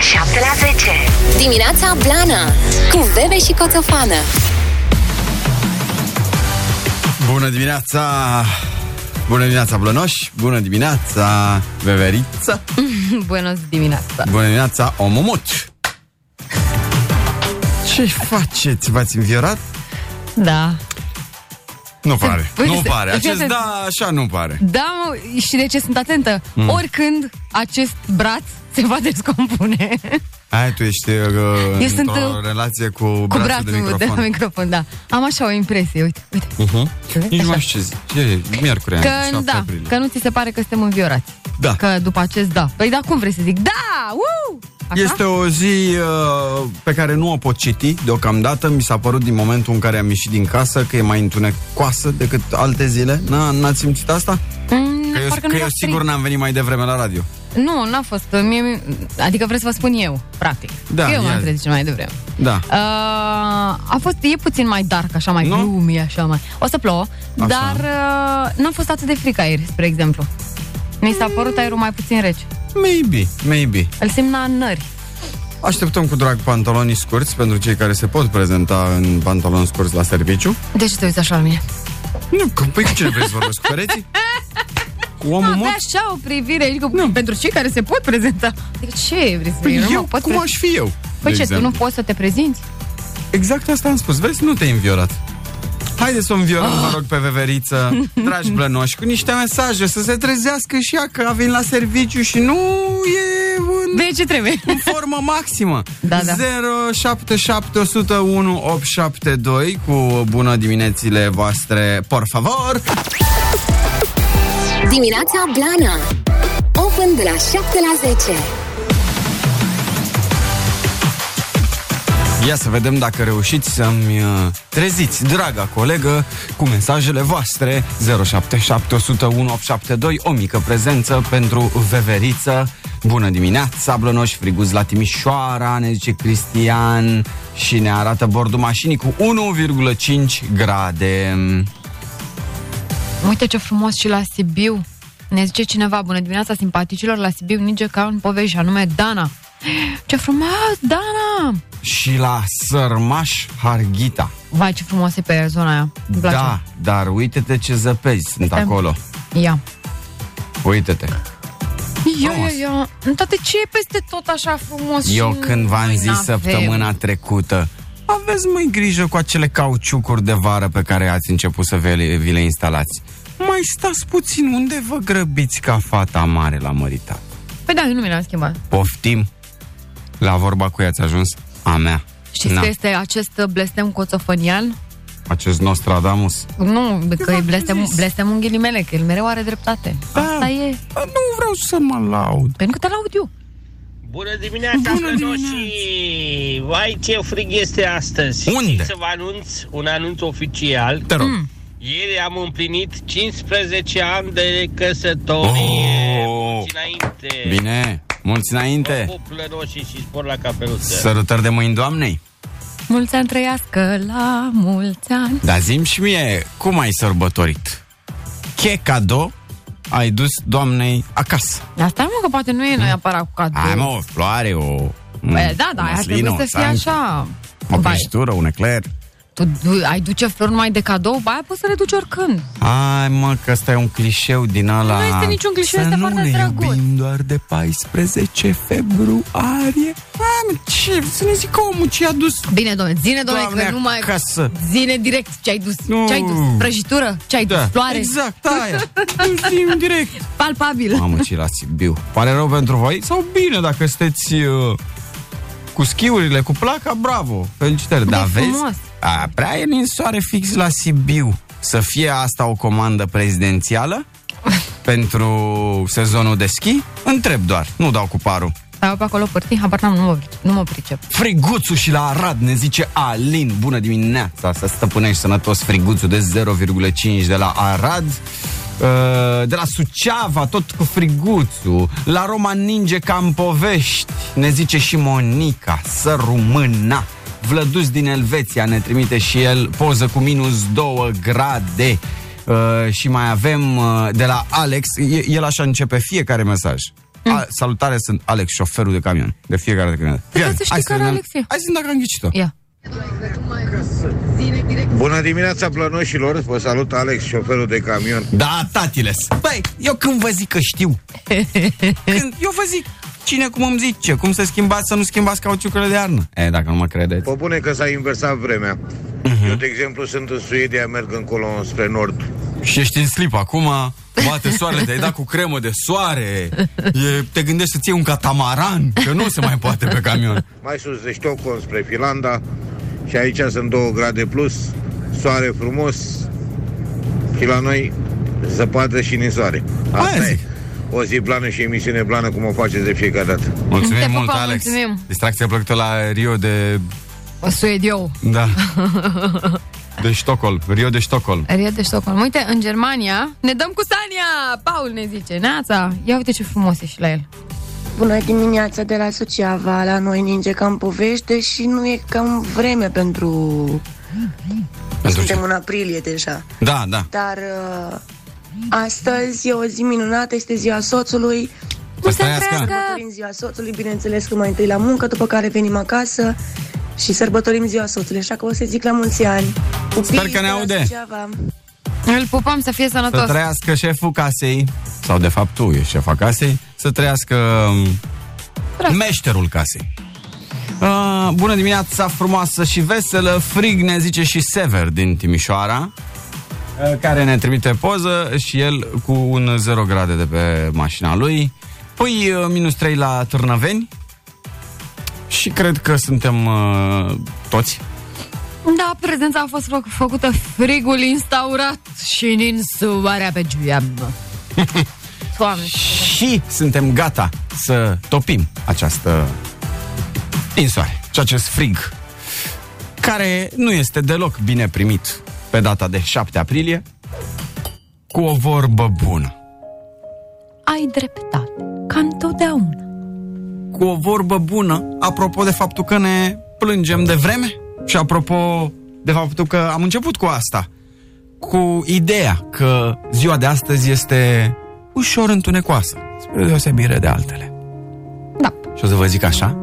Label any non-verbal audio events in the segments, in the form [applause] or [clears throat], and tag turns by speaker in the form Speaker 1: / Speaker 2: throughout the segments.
Speaker 1: 7 la 10.
Speaker 2: Dimineața Blana Cu Bebe și Coțofană
Speaker 3: Bună dimineața! Bună dimineața, Blănoși! Bună dimineața, Veveriță!
Speaker 4: Bună dimineața!
Speaker 3: Bună dimineața, Omomut! Ce faceți? V-ați înviorat?
Speaker 4: Da.
Speaker 3: Nu pare.
Speaker 4: Păi,
Speaker 3: nu
Speaker 4: se-
Speaker 3: pare.
Speaker 4: fii
Speaker 3: Acest
Speaker 4: atent.
Speaker 3: da, așa nu pare.
Speaker 4: Da, mă, și de ce sunt atentă? Mm. Oricând acest braț se va descompune.
Speaker 3: Aia tu ești uh,
Speaker 4: Eu
Speaker 3: într-o
Speaker 4: sunt, uh,
Speaker 3: relație cu brațul,
Speaker 4: Cu brațul
Speaker 3: de microfon.
Speaker 4: de microfon, da. Am așa o impresie, uite, uite.
Speaker 3: uh-huh. Nici nu mai știu ce zi. E, e miercurea,
Speaker 4: Că,
Speaker 3: 7
Speaker 4: da,
Speaker 3: aprilie.
Speaker 4: că nu ți se pare că suntem înviorați.
Speaker 3: Da.
Speaker 4: Că după acest da. Păi da, cum vrei să zic? Da! Uh! Așa?
Speaker 3: Este o zi uh, pe care nu o pot citi deocamdată. Mi s-a părut din momentul în care am ieșit din casă că e mai întunecoasă decât alte zile. Na, n-ați simțit asta?
Speaker 4: Mm,
Speaker 3: Că eu,
Speaker 4: parcă
Speaker 3: că eu
Speaker 4: nu mi-a
Speaker 3: sigur n-am venit mai devreme la radio.
Speaker 4: fric. Nu, n-a fost. Mie, mie- adică vreți să vă spun eu, practic.
Speaker 3: Da,
Speaker 4: Că eu
Speaker 3: ia
Speaker 4: m-am
Speaker 3: zi.
Speaker 4: trezit cel mai devreme.
Speaker 3: Da.
Speaker 4: Uh, a fost, e puțin mai dark, așa mai
Speaker 3: Nu?
Speaker 4: gloomy, așa mai... O să plouă,
Speaker 3: Așa.
Speaker 4: dar uh, n-a fost atât de fric aer, spre exemplu. Mi s-a părut aerul mai puțin rece.
Speaker 3: Maybe, maybe.
Speaker 4: Îl simt la nări.
Speaker 3: Așteptăm cu drag pantalonii scurți pentru cei care se pot prezenta în pantaloni scurți la serviciu.
Speaker 4: De ce te uiți așa la mine?
Speaker 3: Nu, că, păi cu cine vrei să vorbesc? Cu
Speaker 4: [laughs]
Speaker 3: pereții? Cu omul
Speaker 4: Avea
Speaker 3: mort?
Speaker 4: așa o privire, adică nu. pentru cei care se pot prezenta. Adică ce vrei să
Speaker 3: Păi
Speaker 4: păi nu
Speaker 3: eu,
Speaker 4: mă pot
Speaker 3: cum
Speaker 4: pre-
Speaker 3: aș fi eu? de
Speaker 4: Păi ce, tu
Speaker 3: exemplu?
Speaker 4: nu poți să te prezinți?
Speaker 3: Exact asta am spus, vezi, nu te-ai înviorat. Haideți să o înviorăm,
Speaker 4: Ah.
Speaker 3: vă rog, pe
Speaker 4: [laughs]
Speaker 3: veveriță, dragi blănoși, cu niște mesaje, să se trezească și ea, că a venit la serviciu și nu e în,
Speaker 4: De ce [laughs] trebuie?
Speaker 3: în formă maximă.
Speaker 4: [laughs] Da, da.
Speaker 3: 077101872 cu bună diminețile voastre, por favor!
Speaker 2: Dimineața Blana Open de la 7 la 10
Speaker 3: Ia să vedem dacă reușiți să-mi uh, treziți, draga colegă, cu mesajele voastre 077182, o mică prezență pentru Veveriță. Bună dimineața, Blănoș, friguz la Timișoara, ne zice Cristian și ne arată bordul mașinii cu 1,5 grade.
Speaker 4: Uite ce frumos și la Sibiu. Ne zice cineva, bună dimineața simpaticilor la Sibiu, ninge ca în povești, anume Dana. Ce frumos, Dana!
Speaker 3: Și la Sărmaș Harghita.
Speaker 4: Vai, ce frumos e pe zona aia. Îmi place.
Speaker 3: Da, dar uite-te ce zăpezi sunt
Speaker 4: Uite.
Speaker 3: acolo.
Speaker 4: Ia.
Speaker 3: Uite-te.
Speaker 4: Ia, ia,
Speaker 3: Frumos.
Speaker 4: ia. Tată, ce e peste tot așa frumos?
Speaker 3: Eu
Speaker 4: și
Speaker 3: când v-am
Speaker 4: Deci, noi
Speaker 3: zis
Speaker 4: n-avem?
Speaker 3: săptămâna trecută, aveți mai grijă cu acele cauciucuri de vară pe care ați început să vi le, vi le instalați. Mai stați puțin, unde vă grăbiți ca fata mare la mărita?
Speaker 4: Păi da, eu nu mi l-am schimbat.
Speaker 3: Poftim? La vorba cu ea ați ajuns? A mea.
Speaker 4: Știți
Speaker 3: Na,
Speaker 4: că este acest uh, blestem coțofănian?
Speaker 3: Acest Nostradamus.
Speaker 4: Nu, că e
Speaker 3: v-am
Speaker 4: blestem,
Speaker 3: zis. Da.
Speaker 4: blestem în ghilimele, că el mereu are dreptate. Da. Asta e.
Speaker 3: A, Nu vreau să mă laud.
Speaker 4: Pentru că te laud eu.
Speaker 5: Bună dimineața, Blănoșii! Vai, ce frig este astăzi!
Speaker 3: Unde?
Speaker 5: Știți Să vă anunț un anunț oficial.
Speaker 3: Te rog.
Speaker 4: Mm.
Speaker 5: Ieri am împlinit 15 ani de căsătorie.
Speaker 3: Oh!
Speaker 5: Mulți înainte!
Speaker 3: Bine, mulți
Speaker 5: Vă
Speaker 3: înainte.
Speaker 5: pup, Blănoșii, și spor la capeluță.
Speaker 3: Sărutări de mâini doamnei.
Speaker 4: Mulți ani trăiască la mulți ani.
Speaker 3: Dar zim și mie, cum ai sărbătorit? Ce cadou ai dus doamnei acasă?
Speaker 4: Asta mă, că poate nu e neapărat cu cadou.
Speaker 3: Ai Mm. mă, Mm, o floare, o...
Speaker 4: Păi, da, da,
Speaker 3: o
Speaker 4: aia
Speaker 3: măslină,
Speaker 4: trebuie
Speaker 3: o
Speaker 4: să fie
Speaker 3: sanctă,
Speaker 4: așa.
Speaker 3: O
Speaker 4: Vai,
Speaker 3: creștură, un ecler.
Speaker 4: tu du- ai duce flori numai de cadou, ba aia poți să le duci oricând.
Speaker 3: Ai mă, că ăsta e un clișeu din ăla...
Speaker 4: Nu este niciun clișeu,
Speaker 3: Să nu
Speaker 4: este
Speaker 3: ne
Speaker 4: foarte drăguț.
Speaker 3: iubim doar de 14 februarie. Mamă, ce, să ne zic omul ce a dus
Speaker 4: Bine, domnule, zine, domnule,
Speaker 3: Doamne,
Speaker 4: că nu mai...
Speaker 3: acasă.
Speaker 4: Zine direct ce ai dus.
Speaker 3: Nu.
Speaker 4: Ce ai dus? Prăjitură? Ce ai dus? Floare?
Speaker 3: exact, aia.
Speaker 4: [laughs]
Speaker 3: Nu știm direct. [laughs]
Speaker 4: Palpabil.
Speaker 3: Mamă, ce la Sibiu. Pare rău pentru voi sau bine dacă sunteți uh, cu schiurile, cu placa, bravo. Felicitări. Dar vezi,
Speaker 4: frumos.
Speaker 3: a, prea e ninsoare fix la Sibiu. Să fie asta o comandă prezidențială pentru sezonul de schi? Întreb doar, nu dau cu parul.
Speaker 4: Stau pe acolo părtii, habar n-am, nu mă, pricep- nu mă pricep.
Speaker 3: Friguțul și la Arad ne zice Alin, bună dimineața, să stăpânești sănătos friguțul de 0,5 de la Arad. Uh, De la Suceava, tot cu friguțul La Roma ninge ca în povești Ne zice și Monica Să rumâna Vlădus din Elveția ne trimite și el Poză cu minus 2 grade Uh, și mai avem uh, de la Alex, e- el așa începe fiecare mesaj. A, salutare, sunt Alex, șoferul de camion. De fiecare dată când ne aud.
Speaker 4: Vreau
Speaker 3: Fii
Speaker 4: să știi
Speaker 3: hai
Speaker 4: care
Speaker 3: ne-
Speaker 4: Alex e.
Speaker 3: Hai să vedem dacă am ghicit-o.
Speaker 4: Ia.
Speaker 6: Bună dimineața, plănoșilor! Vă salut, Alex, șoferul de camion.
Speaker 3: Da, tatiles. Băi, eu când vă zic că [laughs] știu. Când, eu vă zic cine cum îmi zice, cum să schimbați, să nu schimbați cauciucurile de iarnă. E, dacă nu mă credeți.
Speaker 6: Pe bune că s-a inversat vremea. Eu, de exemplu, sunt în Suedia, merg încolo spre nord.
Speaker 3: Și ești în slip acum, bate soarele, te-ai dat cu cremă de soare, e, te gândești să-ți iei un catamaran, că nu se mai poate pe camion.
Speaker 6: Mai sus de Stockholm spre Finlanda și aici sunt 2 grade plus, soare frumos și la noi zăpadă și nisoare.
Speaker 3: Aia
Speaker 6: Asta e.
Speaker 3: zic.
Speaker 6: O zi plană și emisiune plană cum o faceți de fiecare dată.
Speaker 3: Mulțumim
Speaker 4: Te
Speaker 3: mult,
Speaker 4: pupăm,
Speaker 3: Alex.
Speaker 4: mulțumim.
Speaker 3: Distracția plăcută la Rio de...
Speaker 4: O suediou. [laughs]
Speaker 3: Da. De Stockholm, Rio de Stockholm.
Speaker 4: Rie de Stockholm. Uite, în Germania ne dăm cu Sania! Paul ne zice, Neața! Ia uite ce frumos e și la el.
Speaker 7: Bună dimineața de la Suceava, la noi ninge cam povește și nu e cam vreme pentru...
Speaker 3: Pentru
Speaker 7: Suntem
Speaker 3: ce?
Speaker 7: în aprilie deja,
Speaker 3: Da, da.
Speaker 7: dar uh, astăzi e o zi minunată, este ziua soțului.
Speaker 8: Da.
Speaker 3: Asta
Speaker 7: Sărbătorim ziua soțului, bineînțeles că mai întâi la muncă, după care venim acasă și sărbătorim ziua soțului, așa că o să zic la mulți ani. Pupii
Speaker 3: Sper că ne
Speaker 7: de la
Speaker 3: aude.
Speaker 7: Suceava.
Speaker 4: Îl pupăm să fie
Speaker 3: Să
Speaker 4: sănătos.
Speaker 3: trăiască șeful casei, sau de fapt tu ești șefa casei, să trăiască um, meșterul casei. Uh, bună dimineața, frumoasă și veselă, frig ne zice și Sever din Timișoara, uh, care ne trimite poză și el cu un 0 grade de pe mașina lui. Păi uh, minus 3 la Târnăveni și cred că suntem uh, toți.
Speaker 4: Da, prezența a fost fă- făcută frigul instaurat și ninsoarea pe
Speaker 3: [laughs]
Speaker 4: geamă. Doamne,
Speaker 3: Și suntem gata să topim această insoare și acest frig, care nu este deloc bine primit pe data de 7 aprilie, cu o vorbă bună.
Speaker 4: ai dreptate, ca întotdeauna.
Speaker 3: Cu o vorbă bună, apropo de faptul că ne plângem de vreme și apropo de faptul că am început cu asta, cu ideea că ziua de astăzi este ușor întunecoasă, spre deosebire de altele.
Speaker 4: Da,
Speaker 3: Și o să vă zic așa.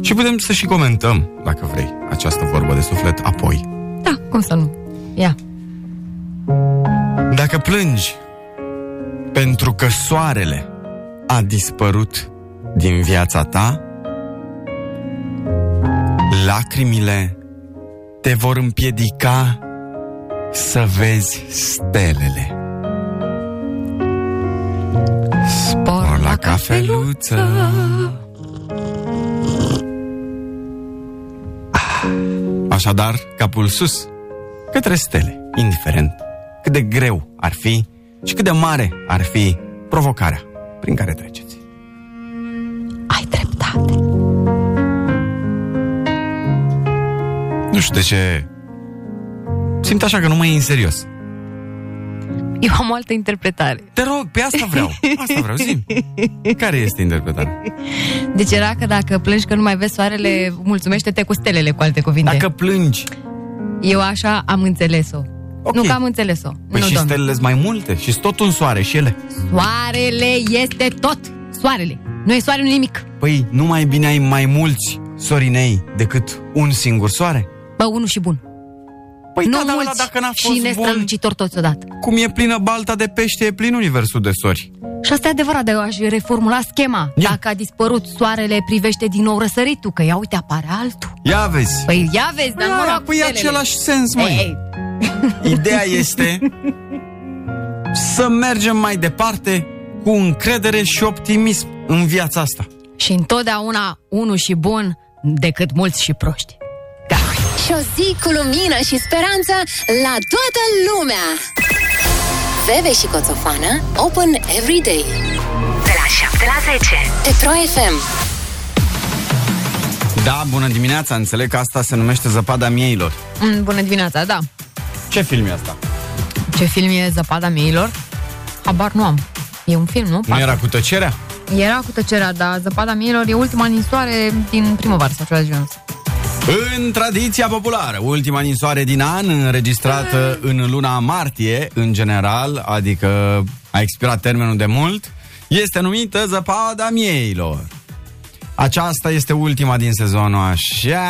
Speaker 3: Și putem să și comentăm, dacă vrei, această vorbă de suflet apoi.
Speaker 4: da, cum să nu? Ia.
Speaker 3: Dacă plângi pentru că soarele a dispărut din viața ta, lacrimile te vor împiedica să vezi stelele. Spor la cafeluță Ah, Așadar, capul sus, către stele, indiferent cât de greu ar fi și cât de mare ar fi provocarea prin care treceți.
Speaker 4: Ai dreptate.
Speaker 3: Nu știu de ce... Simt așa că nu mai e în serios.
Speaker 4: Eu am o altă interpretare.
Speaker 3: Te rog, pe asta vreau. Asta vreau, zi. Care este interpretarea?
Speaker 4: Deci era că dacă plângi că nu mai vezi soarele, mulțumește-te cu stelele, cu alte cuvinte.
Speaker 3: Dacă plângi,
Speaker 4: Eu așa am înțeles-o.
Speaker 3: Ok.
Speaker 4: Nu că am înțeles-o.
Speaker 3: păi
Speaker 4: nu,
Speaker 3: și
Speaker 4: doamne.
Speaker 3: stelele sunt mai multe și sunt tot un soare și ele.
Speaker 4: Soarele este tot. Soarele. Nu e soare, nu e nimic.
Speaker 3: Păi, nu mai bine ai mai mulți sorinei decât un singur soare?
Speaker 4: Bă, unul și bun.
Speaker 3: Păi
Speaker 4: nu
Speaker 3: da, dar ăla
Speaker 4: mulți
Speaker 3: dacă n-a fost
Speaker 4: și
Speaker 3: bun,
Speaker 4: nestrălucitor toți odată.
Speaker 3: cum e plină balta de pește, e plin universul de sori.
Speaker 4: Și asta e adevărat, dar eu aș reformula schema.
Speaker 3: Ia.
Speaker 4: Dacă a dispărut soarele, privește din nou răsăritul, că ia uite, apare altul.
Speaker 3: Ia vezi.
Speaker 4: Păi ia vezi, dar mă rog,
Speaker 3: păi e
Speaker 4: stelele.
Speaker 3: același sens, măi.
Speaker 4: Ei, ei,
Speaker 3: Ideea este să mergem mai departe cu încredere și optimism în viața asta.
Speaker 4: Și întotdeauna unul și bun decât mulți și proști. Da.
Speaker 2: Și o zi cu lumină și speranță la toată lumea. Bebe și Coțofană, open every day. De la 7 la 10. Pe Pro FM.
Speaker 3: Da, bună dimineața, înțeleg că asta se numește Zăpada Mieilor.
Speaker 4: Mm, bună dimineața, da.
Speaker 3: Ce film e asta?
Speaker 4: Ce film e Zăpada Miilor? Habar nu am. E un film, nu?
Speaker 3: Nu era cu tăcerea?
Speaker 4: Era cu tăcerea, dar Zăpada Miilor e ultima ninsoare din primăvară sau ceva de genul ăsta.
Speaker 3: În tradiția populară, ultima ninsoare din an, înregistrată în luna martie, în general, adică a expirat termenul de mult, este numită Zăpada Mieilor. Aceasta este ultima din sezonul așa,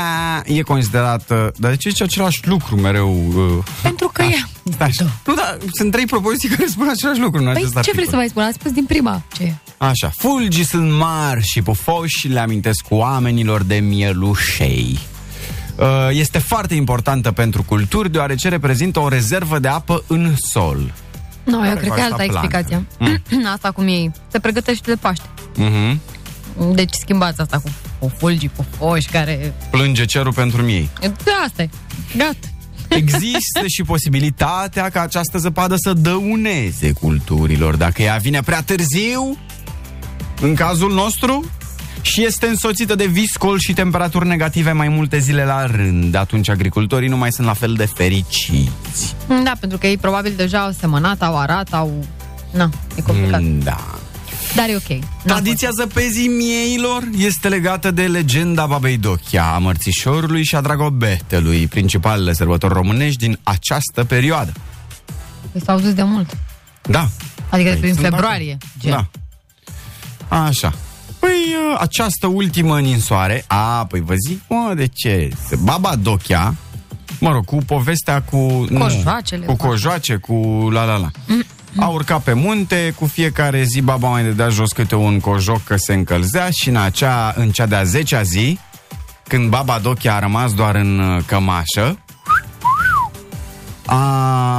Speaker 3: e considerată... Dar de ce zice același lucru mereu? uh,
Speaker 4: Pentru că e.
Speaker 3: Da, așa. Nu, da, sunt trei propoziții care spun același lucru în
Speaker 4: Păi
Speaker 3: acest
Speaker 4: ce
Speaker 3: articol.
Speaker 4: vrei să mai spun? Ați spus din prima ce e.
Speaker 3: Așa, fulgii sunt mari și pufoși și le amintesc oamenilor de mielușei. Uh, Este foarte importantă pentru culturi, deoarece reprezintă o rezervă de apă în sol.
Speaker 4: Nu, no, eu
Speaker 3: Care
Speaker 4: cred că e
Speaker 3: va sta
Speaker 4: alta explicația.
Speaker 3: Mm.
Speaker 4: [clears throat] Asta cum ei. Se pregătește de Paște.
Speaker 3: Uh-huh.
Speaker 4: Deci schimbați asta cu, cu fulgii, cu foși care...
Speaker 3: Plânge cerul pentru miei.
Speaker 4: Da, asta e. Gata.
Speaker 3: Există și posibilitatea ca această zăpadă să dăuneze culturilor. Dacă ea vine prea târziu, în cazul nostru, și este însoțită de viscol și temperaturi negative mai multe zile la rând, atunci agricultorii nu mai sunt la fel de fericiți.
Speaker 4: Da, pentru că ei probabil deja au semănat, au arat, au... Na, e complicat. Mm.
Speaker 3: Mm, Da.
Speaker 4: Dar e ok. N-a
Speaker 3: Tradiția zăpezii mieilor este legată de legenda Babei Dochia, a mărțișorului și a dragobetelui, principalele sărbători românești din această perioadă.
Speaker 4: fost. Păi S-au dus de mult.
Speaker 3: Da.
Speaker 4: Adică prin
Speaker 3: sunt
Speaker 4: februarie.
Speaker 3: acum.
Speaker 4: gen.
Speaker 3: Da. Așa. Păi, uh, această ultimă ninsoare, a, păi vă zic, mă, de ce? Baba Dochia, mă rog, cu povestea cu... nu,
Speaker 4: Cojoacele, da.
Speaker 3: Cu cojoace, cu la la la. A urcat pe munte, cu fiecare zi baba mai dădea jos câte un cojoc că se încălzea și în, acea, în cea de-a zecea zi, când baba Dochia a rămas doar în uh, cămașă, a,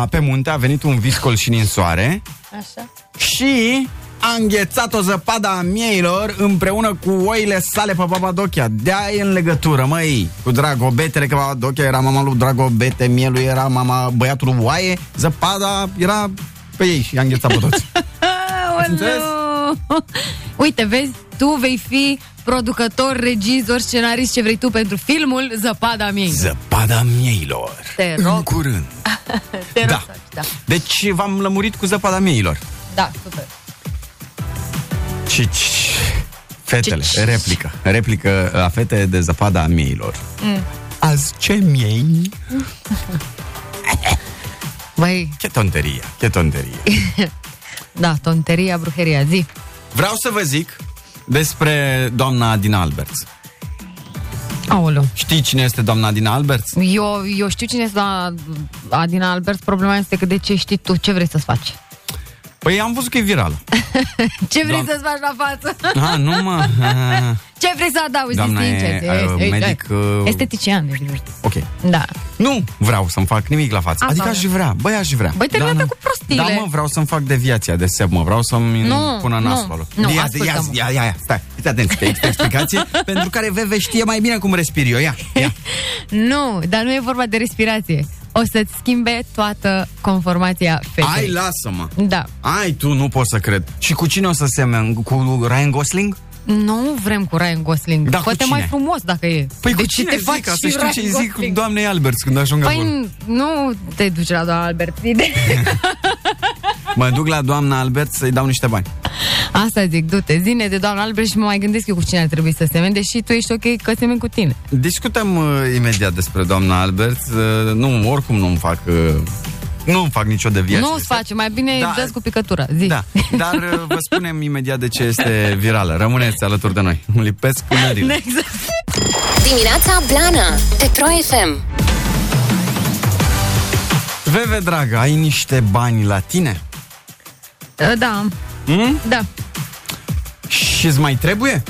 Speaker 3: pe munte a venit un viscol și ninsoare
Speaker 4: Așa.
Speaker 3: și a înghețat o zăpadă a mieilor împreună cu oile sale pe Babadochia. de e în legătură, măi, cu Dragobetele, că Babadochia era mama lui Dragobete, mielul era mama băiatului Oaie, zăpada era pe ei și i-a înghețat pe toți. înțeles?
Speaker 4: Aoleu! [laughs] Uite, vezi, tu vei fi producător, regizor, scenarist, ce vrei tu pentru filmul Zăpada mie.
Speaker 3: [laughs] Zăpada mieilor.
Speaker 4: Te rog.
Speaker 3: În curând.
Speaker 4: [laughs] Te rog
Speaker 3: da.
Speaker 4: să faci, da.
Speaker 3: Deci v-am lămurit cu zăpada mieilor.
Speaker 4: Da, super.
Speaker 3: Și fetele,
Speaker 4: Cici.
Speaker 3: replică. Replică la fete de zăpada mieilor.
Speaker 4: Mm.
Speaker 3: Azi ce miei?
Speaker 4: Băi,
Speaker 3: Ce tonterie, ce tonterie.
Speaker 4: da, tonteria, bruheria, zi.
Speaker 3: Vreau să vă zic despre doamna din Alberts.
Speaker 4: Aoleu.
Speaker 3: Știi cine este doamna din Alberts?
Speaker 4: Eu, eu știu cine este doamna Adina Albert, problema este că de ce știi tu, ce vrei să-ți faci?
Speaker 3: Păi am văzut că e virală.
Speaker 4: Ce vrei
Speaker 3: Doamn-
Speaker 4: să-ți faci la față?
Speaker 3: Ah, nu mă.
Speaker 4: [laughs] Ce vrei să adaugi?
Speaker 3: Doamna e,
Speaker 4: zi sincer, zi,
Speaker 3: uh,
Speaker 4: ei, ei,
Speaker 3: medic,
Speaker 4: dai.
Speaker 3: uh,
Speaker 4: Estetician, deci,
Speaker 3: Ok.
Speaker 4: da.
Speaker 3: Nu vreau să-mi fac nimic la față.
Speaker 4: Asta
Speaker 3: adică aș
Speaker 4: vreau.
Speaker 3: vrea, băi, aș vrea.
Speaker 4: da, Băi, termină
Speaker 3: Dar nu-
Speaker 4: cu prostiile.
Speaker 3: Da, mă, vreau să-mi fac deviația de sep, mă. Vreau să-mi
Speaker 4: Nu,
Speaker 3: pună
Speaker 4: nu,
Speaker 3: nasul acolo.
Speaker 4: nu,
Speaker 3: ia, ia,
Speaker 4: ascultă-mă.
Speaker 3: ia, ia, ia, stai. Fiți atenți, că există
Speaker 4: [laughs]
Speaker 3: explicație pentru care Veve știe mai bine cum respir eu. Ia, ia.
Speaker 4: Nu, dar nu e vorba de respirație. O să-ți schimbe toată conformația fetei.
Speaker 3: Ai, lasă-mă.
Speaker 4: Da.
Speaker 3: Ai, tu nu pot să cred. Și cu cine o să semen? Cu Ryan Gosling?
Speaker 4: Nu vrem cu Ryan Gosling.
Speaker 3: Dar Da, cu
Speaker 4: Poate
Speaker 3: cine?
Speaker 4: mai frumos dacă e.
Speaker 3: Păi cu
Speaker 4: Deci
Speaker 3: cine
Speaker 4: te
Speaker 3: zic,
Speaker 4: faci
Speaker 3: ca să
Speaker 4: și
Speaker 3: știu ce
Speaker 4: Ryan
Speaker 3: zic
Speaker 4: Gosling.
Speaker 3: doamnei Alberts când ajung
Speaker 4: Păi
Speaker 3: acolo.
Speaker 4: n- nu te duci la doamna Albert.
Speaker 3: Mă duc la doamna Alberts să-i dau niște bani.
Speaker 4: Asta zic, du-te, zine de doamna Albert și mă mai gândesc eu cu cine ar trebui să semeni, deși tu ești ok că semeni cu tine.
Speaker 3: Discutăm uh, imediat despre doamna Alberts. Uh, nu, oricum nu-mi fac... Uh, nu-mi fac nicio deviație.
Speaker 4: nu ți face, mai bine
Speaker 3: Da.
Speaker 4: da. dă cu picătura, zi.
Speaker 3: Da, dar uh, vă spunem imediat de ce este virală. Rămâneți alături de noi. Îmi lipesc
Speaker 4: [laughs]
Speaker 3: cu mările.
Speaker 4: [laughs] Exact.
Speaker 2: Dimineața Blana Pe Pro FM
Speaker 3: Veve, dragă, ai niște bani la tine?
Speaker 4: Da,
Speaker 3: Mm?
Speaker 4: da.
Speaker 3: Și-ți mai trebuie?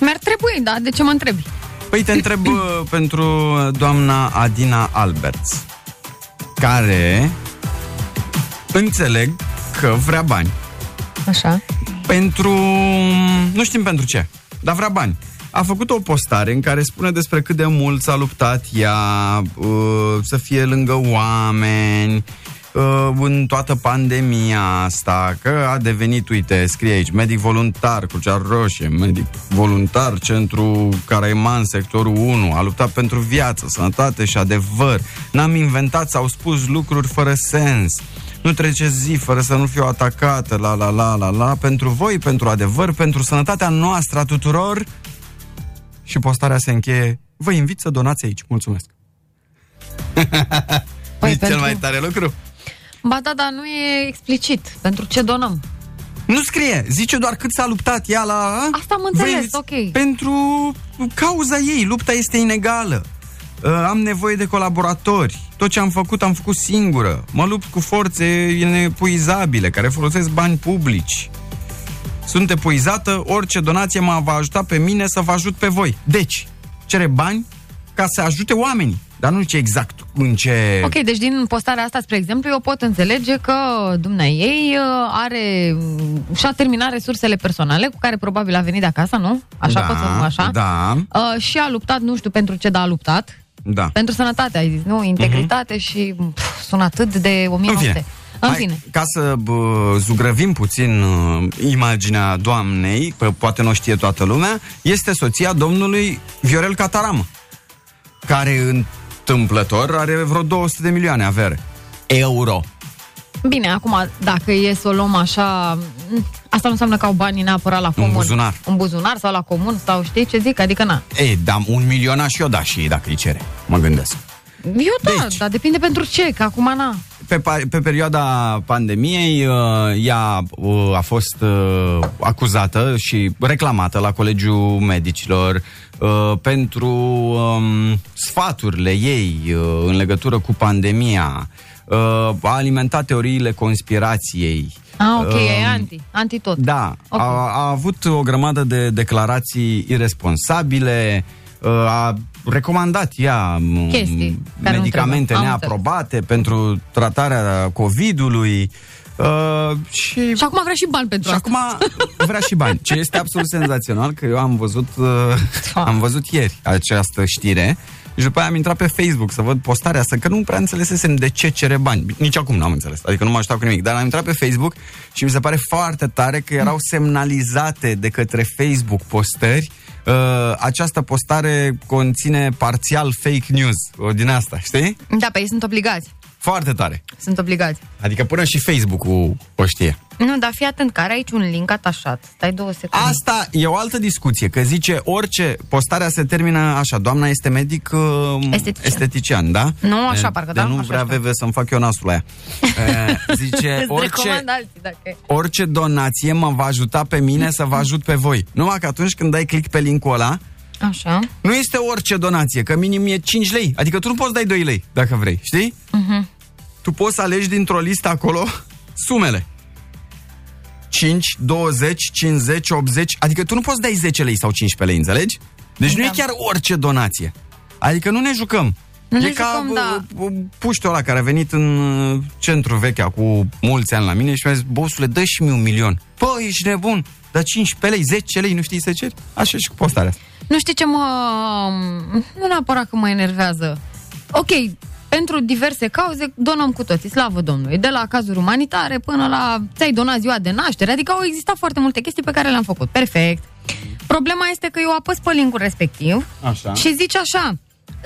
Speaker 4: Mi-ar trebui, da, de ce mă întrebi?
Speaker 3: Păi te întreb uh, pentru doamna Adina Alberts, care înțeleg că vrea bani.
Speaker 4: Așa.
Speaker 3: Pentru... nu știm pentru ce, dar vrea bani. A făcut o postare în care spune despre cât de mult s-a luptat ea, uh, să fie lângă oameni, uh, în toată pandemia asta, că a devenit, uite, scrie aici, medic voluntar cu cea roșie, medic voluntar, centru Caraiman, sectorul 1, a luptat pentru viață, sănătate și adevăr. N-am inventat sau spus lucruri fără sens. Nu trece zi fără să nu fiu atacată, la la la la la, pentru voi, pentru adevăr, pentru sănătatea noastră a tuturor. Și postarea se încheie. Vă invit să donați aici. Mulțumesc.
Speaker 4: Păi
Speaker 3: E cel
Speaker 4: pentru-
Speaker 3: [laughs] mai tare lucru.
Speaker 4: da, Ba da, dar nu e explicit pentru ce donăm.
Speaker 3: Nu scrie, zice doar cât s-a luptat ea la...
Speaker 4: Asta am înțeles,
Speaker 3: Vezi,
Speaker 4: ok.
Speaker 3: Pentru cauza ei, lupta este inegală. Uh, am nevoie de colaboratori. Tot ce am făcut, am făcut singură. Mă lupt cu forțe inepuizabile, care folosesc bani publici. Sunt epuizată, orice donație mă va ajuta pe mine să vă ajut pe voi. Deci, cere bani ca să ajute oamenii. Dar nu ce exact în ce...
Speaker 4: Ok, deci din postarea asta, spre exemplu, eu pot înțelege că dumnea ei uh, are mm, și-a terminat resursele personale cu care probabil a venit de acasă, nu? Așa
Speaker 3: da,
Speaker 4: pot să așa?
Speaker 3: Da,
Speaker 4: Uh, și a luptat, nu știu pentru ce, dar a luptat.
Speaker 3: da.
Speaker 4: Pentru sănătate, ai zis, nu? Integritate și pf, sună atât de 1900.
Speaker 3: Mhm. În fine.
Speaker 4: În
Speaker 3: Hai,
Speaker 4: fine.
Speaker 3: Ca să bă, zugrăvim puțin uh, imaginea doamnei, că poate nu o știe toată lumea, este soția domnului Viorel Cataram, care întâmplător are vreo 200 de milioane avere. Euro.
Speaker 4: Bine, acum, dacă e să o luăm așa, m, asta nu înseamnă că au banii neapărat la comun.
Speaker 3: buzunar.
Speaker 4: În buzunar sau la comun sau știi ce zic? Adică na.
Speaker 3: Ei, dam un milion și eu da și ei dacă îi cere, mă gândesc.
Speaker 4: Eu da,
Speaker 3: Deci.
Speaker 4: dar depinde pentru ce, că acum na.
Speaker 3: Pe, pa- pe perioada pandemiei, uh, ea uh, a fost uh, acuzată și reclamată la Colegiul Medicilor uh, pentru um, sfaturile ei uh, în legătură cu pandemia. Uh, A alimentat teoriile conspirației.
Speaker 4: Ah, ok, e
Speaker 3: Um,
Speaker 4: anti, anti tot.
Speaker 3: Da,
Speaker 4: Ok.
Speaker 3: a, a avut o grămadă de declarații irresponsabile, uh, a recomandat ea m,
Speaker 4: Chestii care nu
Speaker 3: medicamente
Speaker 4: trebuie. Am
Speaker 3: neaprobate pentru tratarea COVID-ului uh, și,
Speaker 4: Și acum vrea și bani pentru
Speaker 3: și
Speaker 4: asta.
Speaker 3: acum vrea și bani. Ce este absolut senzațional că eu am văzut uh, am văzut ieri această știre și după aia am intrat pe Facebook să văd postarea asta, că nu prea înțelesesem de ce cere bani. Nici acum n-am înțeles, adică nu m-a ajutat cu nimic. Dar am intrat pe Facebook și mi se pare foarte tare că erau semnalizate de către Facebook postări Uh, această postare conține parțial fake news o, din asta, știi?
Speaker 4: Da, pe ei sunt obligați.
Speaker 3: Foarte tare.
Speaker 4: Sunt obligați.
Speaker 3: Adică până și Facebook-ul o știe.
Speaker 4: Nu, dar fii atent, că are aici un link atașat. Stai două secunde.
Speaker 3: Asta e o altă discuție, că zice orice, postarea se termină așa, doamna este medic uh,
Speaker 4: Estetician.
Speaker 3: estetician da?
Speaker 4: Nu, așa
Speaker 3: De-
Speaker 4: parcă,
Speaker 3: de
Speaker 4: da?
Speaker 3: nu
Speaker 4: Așa,
Speaker 3: vrea
Speaker 4: așa.
Speaker 3: veve să-mi fac eu nasul
Speaker 4: [laughs]
Speaker 3: la ea. Uh, zice
Speaker 4: Îți
Speaker 3: orice,
Speaker 4: recomand alții, dacă e.
Speaker 3: orice donație mă va ajuta pe mine să vă ajut pe voi. Numai că atunci când dai click pe linkul ăla,
Speaker 4: Așa.
Speaker 3: nu este orice donație, că minim e 5 lei. Adică tu nu poți dai 2 lei, dacă vrei, știi?
Speaker 4: Mhm.
Speaker 3: Tu poți să alegi dintr-o listă acolo sumele. 5, 20, 50, 80, adică tu nu poți dai 10 lei sau 15 lei, înțelegi? Deci
Speaker 4: Da.
Speaker 3: nu e chiar orice donație. Adică nu ne jucăm.
Speaker 4: Nu
Speaker 3: e
Speaker 4: ne
Speaker 3: ca
Speaker 4: jucăm, da.
Speaker 3: bă, bă, puștiul ăla care a venit în uh, centru vechea cu mulți ani la mine și mi-a zis, bosule, dă și mie un milion. Bă, ești nebun, dar 15 lei, 10 lei, nu știi să ceri? Așa și cu postarea asta.
Speaker 4: Nu știi ce mă... Nu neapărat că mă enervează. Ok, pentru diverse cauze donăm cu toții, slavă Domnului. De la cazuri umanitare până la ți-ai donat ziua de naștere. Adică au existat foarte multe chestii pe care le-am făcut. Perfect. Problema este că eu apăs pe linkul respectiv
Speaker 3: Așa.
Speaker 4: și zice așa,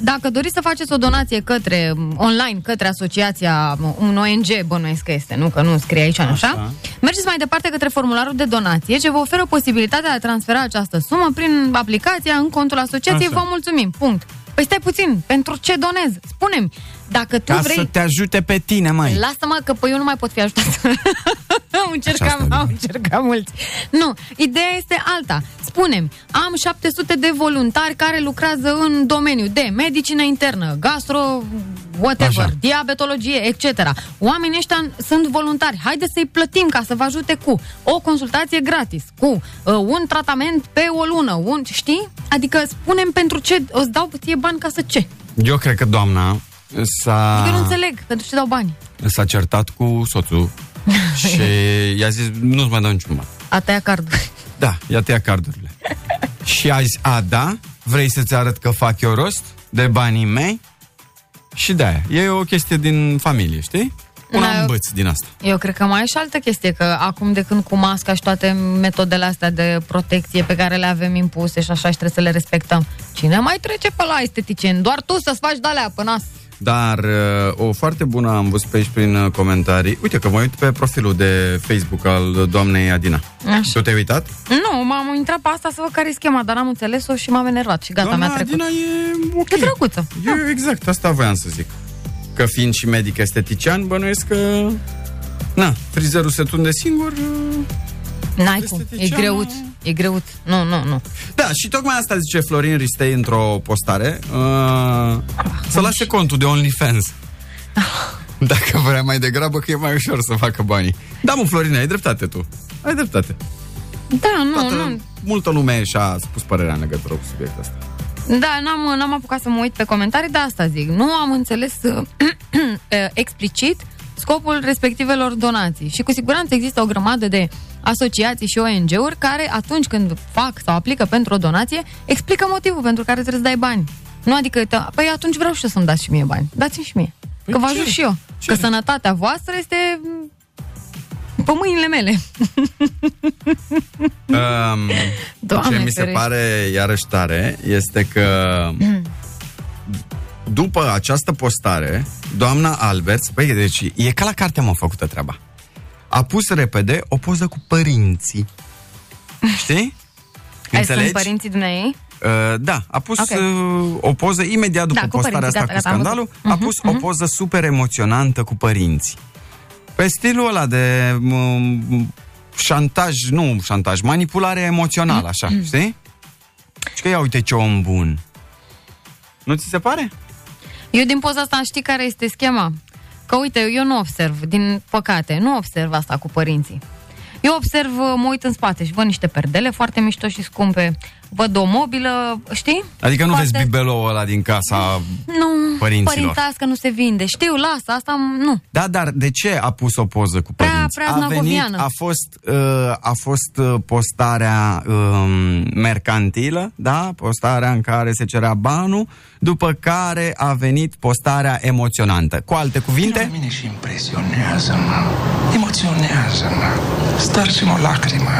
Speaker 4: dacă doriți să faceți o donație către um, online, către asociația, um, un ONG bănuiesc că este, nu că nu scrie aici, așa, așa, mergeți mai departe către formularul de donație ce vă oferă posibilitatea de a transfera această sumă prin aplicația în contul asociației.
Speaker 3: Așa.
Speaker 4: Vă mulțumim. Punct. Păi stai puțin, pentru ce donez? Spune-mi, dacă tu
Speaker 3: Ca
Speaker 4: vrei...
Speaker 3: să te ajute pe tine, mai.
Speaker 4: Lasă-mă că pe eu nu mai pot fi ajutat. [laughs] au încercat,
Speaker 3: Aceasta e
Speaker 4: au încercat mulți. Nu, ideea este alta. Spunem, am 700 de voluntari care lucrează în domeniu de medicină internă, gastro, whatever,
Speaker 3: Așa.
Speaker 4: diabetologie, etc. Oamenii ăștia sunt voluntari. Haideți să-i plătim ca să vă ajute cu o consultație gratis, cu uh, un tratament pe o lună, un, știi? Adică spunem pentru ce, îți dau ție bani ca să ce?
Speaker 3: Eu cred că doamna s-a,
Speaker 4: Adică eu nu înțeleg pentru ce dau bani.
Speaker 3: s-a certat cu
Speaker 4: [laughs]
Speaker 3: soțul și i-a zis, nu-ți mai dau niciun bani.
Speaker 4: A tăia cardul.
Speaker 3: Da, ia tăia
Speaker 4: [laughs]
Speaker 3: cardurile. și a zis, a, da? Vrei să-ți arăt că fac eu rost de banii mei? Și de E o chestie din familie, știi? Un
Speaker 4: Da, eu-
Speaker 3: ambăț din asta.
Speaker 4: Eu cred că mai e și altă chestie, că acum de când cu masca și toate metodele astea de protecție pe care le avem impuse și așa și trebuie să le respectăm, cine mai trece pe la esteticien? Doar tu să-ți faci de-alea până nas.
Speaker 3: Dar uh, o foarte bună am văzut pe aici prin uh, comentarii. Uite că mă uit pe profilul de Facebook al uh, doamnei Adina.
Speaker 4: Așa.
Speaker 3: Tu te-ai uitat?
Speaker 4: Nu, m-am intrat pe asta să văd care e schema, dar am înțeles-o și m-am enervat și gata, mi-a
Speaker 3: Doamna
Speaker 4: trecut.
Speaker 3: Adina e ok.
Speaker 4: E drăguță.
Speaker 3: Eu, exact, asta voiam să zic. Că fiind și uh. medic estetician, bănuiesc că... Na, frizerul se tunde singur,
Speaker 4: N-ai cum, e
Speaker 3: Esteticea,
Speaker 4: greut, e greut. Nu, nu, nu.
Speaker 3: Da, și tocmai asta zice Florin Ristei într-o postare. Uh,
Speaker 4: Ah,
Speaker 3: să lase contul de OnlyFans. Dacă vrea mai degrabă, că e mai ușor să facă banii. Da, mă, Florine, ai dreptate tu. Ai dreptate.
Speaker 4: Da, nu,
Speaker 3: Toată,
Speaker 4: nu.
Speaker 3: Multă lume și-a spus părerea în legătură cu subiectul ăsta.
Speaker 4: Da, n-am, n-am apucat să mă uit pe comentarii, dar asta zic. Nu am înțeles uh, [clears throat] uh, explicit scopul respectivelor donații. Și cu siguranță există o grămadă de asociații și ONG-uri care atunci când fac sau aplică pentru o donație, explică motivul pentru care trebuie să dai bani. Nu adică, tă, păi atunci vreau și eu să-mi dați și mie bani. Dați-mi și mie. Păi că vă ajut și eu. Ce? Că sănătatea voastră este m, pe mâinile mele.
Speaker 3: Um,
Speaker 4: Doamne
Speaker 3: ce mi se
Speaker 4: ferește.
Speaker 3: pare iarăși tare este că după această postare, doamna Alberts, păi deci e ca la carte mă făcută treaba, a pus repede o poză cu
Speaker 4: [laughs]
Speaker 3: părinții. Știi?
Speaker 4: Ai sunt părinții dumneavoastră?
Speaker 3: Uh, da, a pus
Speaker 4: Ok.
Speaker 3: okay. uh, o poză imediat după
Speaker 4: Da,
Speaker 3: da,
Speaker 4: cu
Speaker 3: postarea
Speaker 4: părinții,
Speaker 3: asta
Speaker 4: gata,
Speaker 3: cu
Speaker 4: gata, am Mhm,
Speaker 3: scandalul, a pus o poză super emoționantă cu părinții. Pe stilul ăla de um, șantaj, nu șantaj, manipulare emoțională, așa,
Speaker 4: Mhm.
Speaker 3: știi? Și că ia uite ce om bun. Nu ți se pare?
Speaker 4: Eu din poza asta știi care este schema? Că uite, eu nu observ, din păcate, nu observ asta cu părinții. Eu observ, uh, mă uit în spate și văd niște perdele foarte mișto și scumpe. Văd o mobilă, știi?
Speaker 3: Adică nu
Speaker 4: Foarte-
Speaker 3: vezi bibelou ăla din casa...
Speaker 4: Nu,
Speaker 3: părinților.
Speaker 4: părintească nu se vinde. Știu, lasă, asta m- nu.
Speaker 3: Da, dar de ce a pus o poză cu
Speaker 4: Prea-
Speaker 3: părinți?
Speaker 4: prea
Speaker 3: a venit,
Speaker 4: znagoviană.
Speaker 3: a fost, uh, a fost uh, postarea um, mercantilă, da? Postarea în care se cerea banul, după care a venit postarea emoționantă. Cu alte
Speaker 9: Pe
Speaker 3: cuvinte,
Speaker 9: mine și impresionează-mă, emoționează-mă, starci-mă o lacrimă.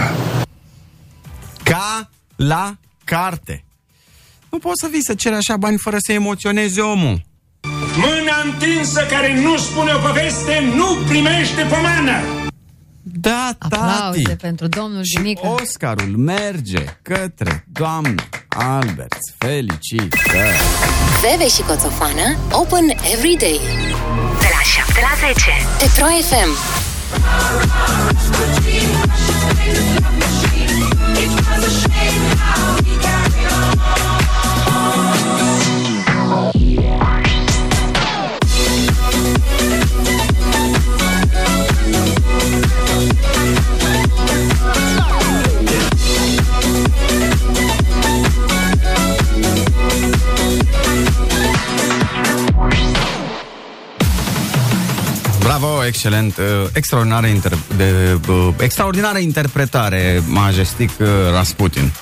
Speaker 3: ca la carte. Nu poți să vii să ceri așa bani fără să emoționezi omul.
Speaker 10: Mâna întinsă care nu spune o poveste nu primește pomană.
Speaker 3: Da,
Speaker 4: Aplauze
Speaker 3: tati.
Speaker 4: pentru domnul
Speaker 3: Și
Speaker 4: Dinică.
Speaker 3: Oscarul merge către doamna Alberts. Felicitări!
Speaker 2: Bebe și Coțofană Open every day De la 7 la 10 Pe Pro FM
Speaker 3: Bravo, excelent, uh, extraordinară, inter- de, uh, extraordinară interpretare, majestic uh, Rasputin.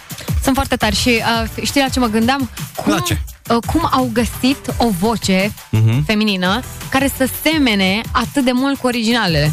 Speaker 4: Sunt foarte tari și uh, știi la ce mă gândeam? Cum,
Speaker 3: La ce? Mhm.
Speaker 4: Uh, cum au găsit o voce uh-huh. feminină care să semene atât de mult cu originalele?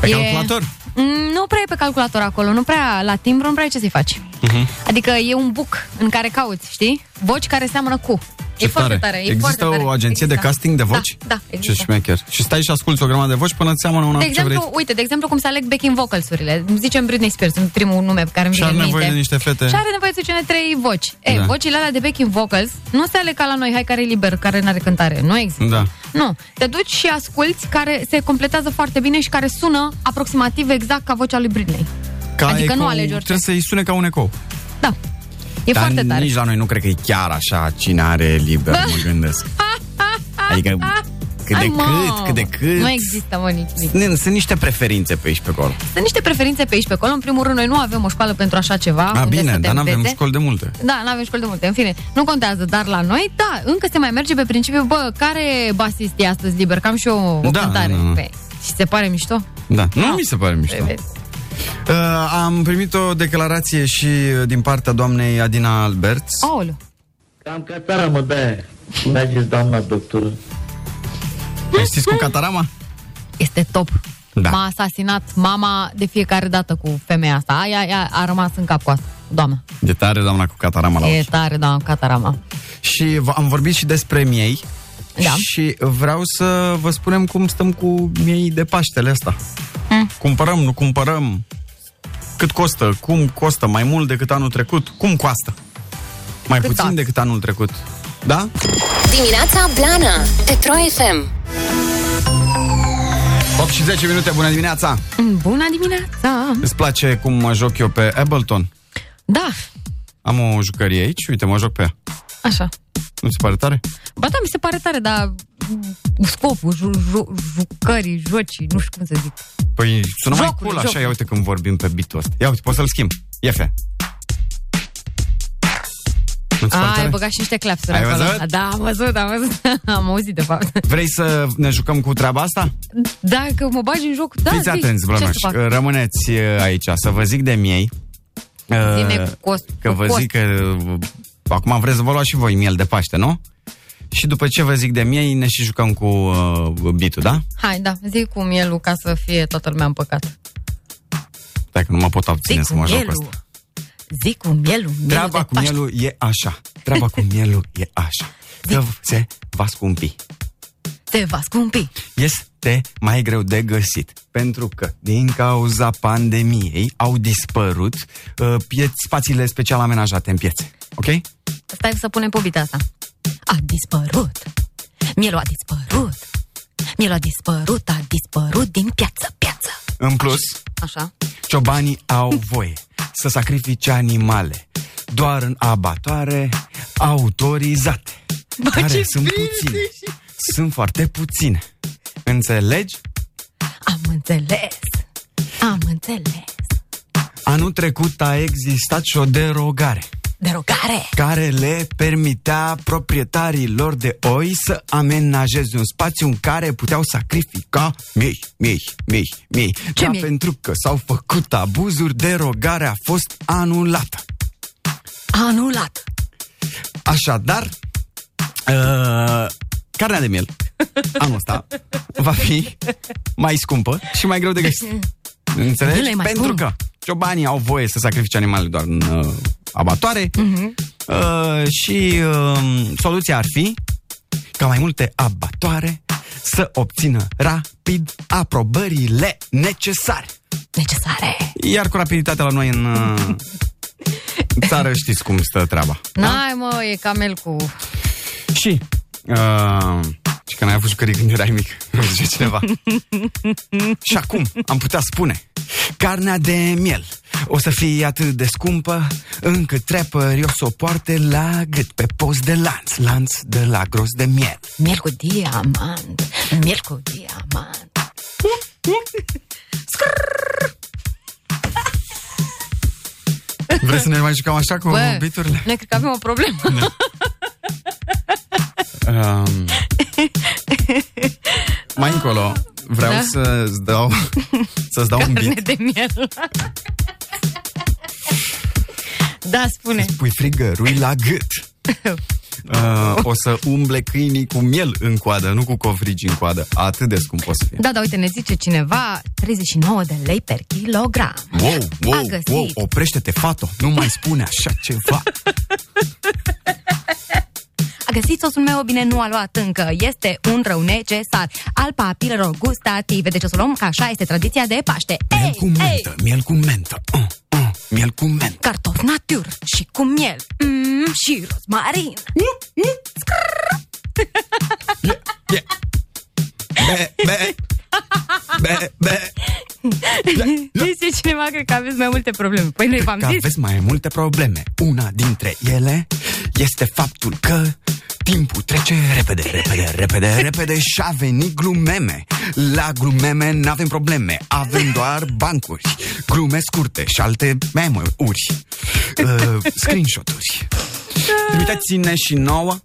Speaker 3: Pe
Speaker 4: E-
Speaker 3: calculator?
Speaker 4: Mm, Nu prea e pe calculator acolo, nu prea la timbru, nu prea ai ce să-i faci.
Speaker 3: Mhm.
Speaker 4: Adică e un book în care cauți, știi? Voci care seamănă cu. e foarte tare. e
Speaker 3: Există
Speaker 4: foarte tare.
Speaker 3: o agenție de
Speaker 4: Există.
Speaker 3: casting de voci?
Speaker 4: Da, da
Speaker 3: Ce
Speaker 4: există. Exact
Speaker 3: șmecher. Și stai și asculți o grămadă de voci până îți seamănă una
Speaker 4: De
Speaker 3: cu ce vrei.
Speaker 4: exemplu, uite, de exemplu cum se aleg backing vocals-urile. Zicem Britney Spears, în primul nume pe care îmi
Speaker 3: Și
Speaker 4: vine
Speaker 3: are
Speaker 4: în
Speaker 3: nevoie
Speaker 4: minte.
Speaker 3: de niște fete.
Speaker 4: Și are nevoie de cele trei voci. E,
Speaker 3: Da.
Speaker 4: vocile alea de backing vocals nu se aleg ca la noi, hai care e liber, care nu are cântare. Nu există.
Speaker 3: Da.
Speaker 4: Nu. Te duci și asculți care se completează foarte bine și care sună aproximativ exact ca vocea lui Britney.
Speaker 3: Ca
Speaker 4: adică nu
Speaker 3: ecou,
Speaker 4: alegi orice.
Speaker 3: Trebuie să-i sune ca un ecou.
Speaker 4: Da. E
Speaker 3: Dar
Speaker 4: foarte tare. [laughs]
Speaker 3: nici la noi nu cred că e chiar așa cine are liber, mă gândesc. Adică cât de
Speaker 4: Hai, mă!
Speaker 3: cât, cât de cât.
Speaker 4: Nu există, mă, nici, nici.
Speaker 3: Sunt- Sunt niște preferințe pe aici pe acolo.
Speaker 4: Sunt niște preferințe pe aici, pe acolo. În primul rând, noi nu avem o școală pentru așa ceva.
Speaker 3: A,
Speaker 4: Ah, unde să
Speaker 3: bine,
Speaker 4: te
Speaker 3: dar n-avem
Speaker 4: învețe.
Speaker 3: școli de multe.
Speaker 4: Da, nu avem școli de multe, în fine, nu contează, dar la noi, da, încă se mai merge pe principiu, bă, care basist e astăzi liber? Cam și eu o
Speaker 3: Da,
Speaker 4: cântare.
Speaker 3: da, da, da.
Speaker 4: Păi, și se pare mișto?
Speaker 3: Da, nu
Speaker 4: Da.
Speaker 3: mi se pare mișto.
Speaker 4: Vezi?
Speaker 3: Uh, am primit o declarație și uh, din partea doamnei Adina Alberts.
Speaker 4: Aoleu.
Speaker 11: Cam ca țara mă de mergeți, doamna doctor.
Speaker 3: Oh. Știți cu Catarama?
Speaker 4: Este top.
Speaker 3: Da.
Speaker 4: M-a asasinat mama de fiecare dată cu femeia asta. Aia, aia a rămas în cap cu asta. Doamna,
Speaker 3: E tare doamna cu Catarama la
Speaker 4: e
Speaker 3: ochi.
Speaker 4: tare, doamna Catarama.
Speaker 3: Și v- am vorbit și despre miei.
Speaker 4: Da.
Speaker 3: Și vreau să vă spunem cum stăm cu miei de Paștele asta.
Speaker 4: Hm.
Speaker 3: Mm. Cumpărăm, nu cumpărăm? Cât costă? Cum costă? Mai mult decât anul trecut? Cum costă? Mai
Speaker 4: Cât
Speaker 3: puțin
Speaker 4: dați?
Speaker 3: decât anul trecut. Da?
Speaker 2: Dimineața Blana Pe Pro FM
Speaker 3: 8 și 10 minute, bună dimineața!
Speaker 4: Mm, Bună dimineața!
Speaker 3: Îți place cum mă joc eu pe Ableton?
Speaker 4: Da,
Speaker 3: Am o jucărie aici, uite, mă joc pe ea.
Speaker 4: așa.
Speaker 3: Nu ți se pare tare?
Speaker 4: Ba da, mi se pare tare, dar mm, scopul, ju- ju- jucării, jocii, nu știu cum să zic.
Speaker 3: Păi sună mai
Speaker 4: Jocul,
Speaker 3: cool așa,
Speaker 4: jocul.
Speaker 3: ia uite când vorbim pe beat-ul ăsta. Ia uite, poți să-l schimb. Ia fie. Nu ți se pare
Speaker 4: A, ai
Speaker 3: tare?
Speaker 4: băgat și niște clapsuri
Speaker 3: Ai
Speaker 4: acolo.
Speaker 3: văzut?
Speaker 4: Da, am văzut, am văzut. [laughs] am auzit, de fapt.
Speaker 3: Vrei să ne jucăm cu treaba asta?
Speaker 4: Dacă mă bagi în joc, da,
Speaker 3: Fiți
Speaker 4: zi,
Speaker 3: atenți,
Speaker 4: ce
Speaker 3: blănoși.
Speaker 4: să fac?
Speaker 3: Rămâneți uh, aici, să vă zic de miei.
Speaker 4: Zine
Speaker 3: Uh,
Speaker 4: cu cost,
Speaker 3: Că
Speaker 4: cu
Speaker 3: vă
Speaker 4: cost.
Speaker 3: zic că uh, acum vreți să vă luați și voi miel de Paște, nu? Și după ce vă zic de miei, ne și jucăm cu uh, bitul, da?
Speaker 4: Hai, da, zi cu mielul ca să fie toată lumea în păcat.
Speaker 3: Dacă nu mă pot abține
Speaker 4: Zi
Speaker 3: să
Speaker 4: cu
Speaker 3: mă joc cu asta.
Speaker 4: mielul. Zi cu mielul, mielul
Speaker 3: Treaba
Speaker 4: de
Speaker 3: cu
Speaker 4: Paște. Deci-
Speaker 3: mielul e așa. Treaba cu mielul e
Speaker 4: [laughs]
Speaker 3: așa. Că se va scumpi.
Speaker 4: Te va scumpi.
Speaker 3: Este mai greu de găsit. Pentru că, din cauza pandemiei, au dispărut uh, pie- spațiile special amenajate în piețe. Ok?
Speaker 4: Stai să punem pobita asta. A dispărut. Mielul a dispărut. Mielul a dispărut, a dispărut din piață, piață.
Speaker 3: În plus,
Speaker 4: Așa.
Speaker 3: ciobanii
Speaker 4: [laughs]
Speaker 3: au voie să sacrifice animale doar în abatoare autorizate.
Speaker 4: Bă,
Speaker 3: care
Speaker 4: ce
Speaker 3: sunt
Speaker 4: bine!
Speaker 3: puține. Sunt foarte puține. Înțelegi?
Speaker 4: Am înțeles. Am înțeles.
Speaker 3: Anul trecut a existat și o derogare
Speaker 4: Derogare.
Speaker 3: care le permitea proprietarilor de oi să amenajeze un spațiu în care puteau sacrifica mii, mii, mii, mii.
Speaker 4: Ce
Speaker 3: Dar
Speaker 4: miei?
Speaker 3: pentru că s-au făcut abuzuri, derogarea a fost anulată.
Speaker 4: Anulat.
Speaker 3: Așadar, uh, carnea de miel anul ăsta va fi mai scumpă și mai greu de găsit. Înțelegi?
Speaker 4: Bine, mai
Speaker 3: Pentru
Speaker 4: scump.
Speaker 3: că ciobanii au voie să sacrifice animale doar în uh, abatoare uh, și uh, soluția ar fi ca mai multe abatoare să obțină rapid aprobările necesare.
Speaker 4: Necesare.
Speaker 3: Iar cu rapiditatea la noi în uh, țară știți cum stă treaba.
Speaker 4: N-ai, mă, e camel cu...
Speaker 3: Și uh, Și că n-ai avut jucării când erai mic [laughs] Îmi zice cineva Și acum am putea spune Carnea de miel o să fie atât de scumpă Încât trepări o să o poarte la gât Pe post de lanț Lanț de la gros de miel
Speaker 4: Miel cu diamant. Miel cu diamant.
Speaker 3: Vrei să ne mai jucăm așa cu
Speaker 4: Bă, noi cred că avem o problemă. [laughs]
Speaker 3: Um, mai încolo Vreau
Speaker 4: Da.
Speaker 3: să-ți dau Să-ți dau un
Speaker 4: Carne
Speaker 3: bit
Speaker 4: de [laughs] miel. da, spune.
Speaker 3: Pui frigărui la
Speaker 4: [laughs]
Speaker 3: gât Uh, o să umble câinii cu miel în coadă, nu cu covrigi în coadă. Atât de scump o să fie.
Speaker 4: Da, da, uite, ne zice cineva 39 de lei per kilogram.
Speaker 3: Wow,
Speaker 4: A
Speaker 3: wow,
Speaker 4: găsit.
Speaker 3: wow, oprește-te, fato, nu mai spune așa
Speaker 4: [laughs]
Speaker 3: ceva.
Speaker 4: A găsit sosul meu, bine, nu a luat încă. Este un rău necesar al papilelor gustative. Deci o să luăm, că așa este tradiția de Paște.
Speaker 3: miel
Speaker 4: Ei,
Speaker 3: cu
Speaker 4: ei,
Speaker 3: mentă, miel cu mentă, uh, uh, miel cu mentă.
Speaker 4: cartofi natur și cu miel mm, și rozmarin.
Speaker 3: Yeah. Be, be, be, be.
Speaker 4: [laughs] Zice cineva, cred că aveți mai multe probleme. Păi noi v-am
Speaker 3: Că
Speaker 4: zis.
Speaker 3: aveți mai multe probleme. Una dintre ele este faptul că timpul trece repede, repede, repede, repede și a venit glumeme. La glumeme n-avem probleme, avem doar bancuri, glume scurte și alte meme-uri, uh, screenshot-uri. Trimiteți-ne și nouă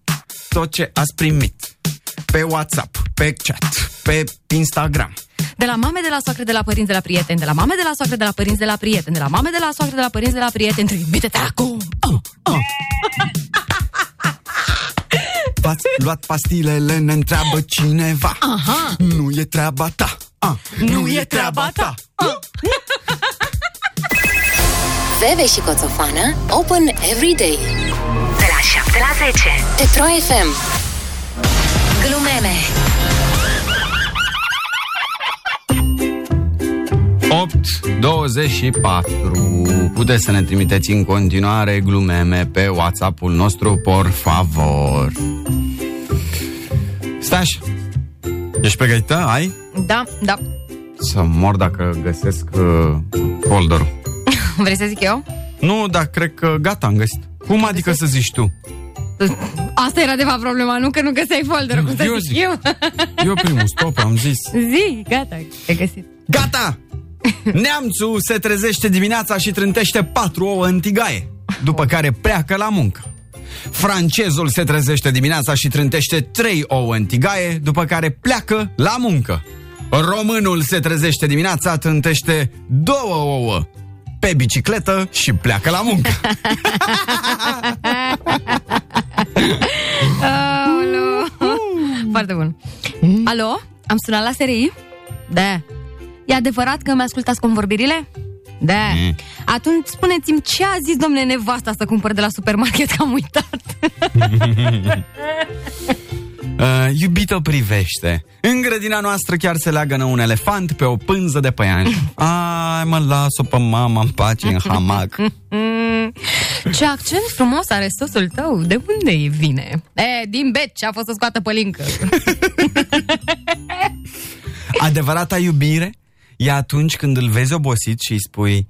Speaker 3: tot ce ați primit pe WhatsApp, pe chat, pe Instagram.
Speaker 4: De la mame, de la soacră, de la părinți, de la prieteni, de la mame, de la soacră, de la părinți, de la prieteni, de la mame, de la soacră, de la părinți, de la prieteni, trimite-te acum! Oh, oh.
Speaker 3: V-ați luat pastilele, ne întreabă cineva
Speaker 4: Aha.
Speaker 3: Nu e treaba ta Ah. A,
Speaker 4: Nu e treaba ta.
Speaker 2: Veve și Coțofană Open every day De la 7 la 10 Pe Pro FM Glumeme
Speaker 12: 8.24 Puteți să ne trimiteți în continuare glumeme pe WhatsApp-ul nostru, por favor. Stai așa.
Speaker 3: Ești pregătită? Ai?
Speaker 4: Da, da.
Speaker 3: Să mor dacă găsesc uh, folderul.
Speaker 4: Vrei să zic eu?
Speaker 3: Nu, dar cred că gata, am găsit. Cum adică să zici tu?
Speaker 4: Asta era de fapt problema, nu că nu găseai folderul, cum să
Speaker 3: Eu
Speaker 4: zic
Speaker 3: zic.
Speaker 4: eu.
Speaker 3: Eu primul, stop, am zis.
Speaker 4: [laughs] Zi, gata, ai găsit.
Speaker 3: Gata! Neamțul se trezește dimineața și trântește patru ouă în tigaie, după care pleacă la muncă. Francezul se trezește dimineața și trântește trei ouă în tigaie, după care pleacă la muncă. Românul se trezește dimineața, trântește două ouă pe bicicletă și pleacă la muncă.
Speaker 4: Aoleu. Foarte bun. Alo, am sunat la SRI? Da. E adevărat că mi-ascultați convorbirile? Da. Atunci spuneți-mi ce a zis, domnule, nevasta să cumpăr de la supermarket, că am uitat.
Speaker 3: Uh, iubito privește În grădina noastră chiar se leagănă un elefant Pe o pânză de păianjen Ai mă, las-o pe mama în pace În hamac
Speaker 4: Mm, ce accent frumos are sosul tău, de unde e vine? E, din beci, a fost să scoată pălincă.
Speaker 3: Adevărata iubire E atunci când îl vezi obosit și îi spui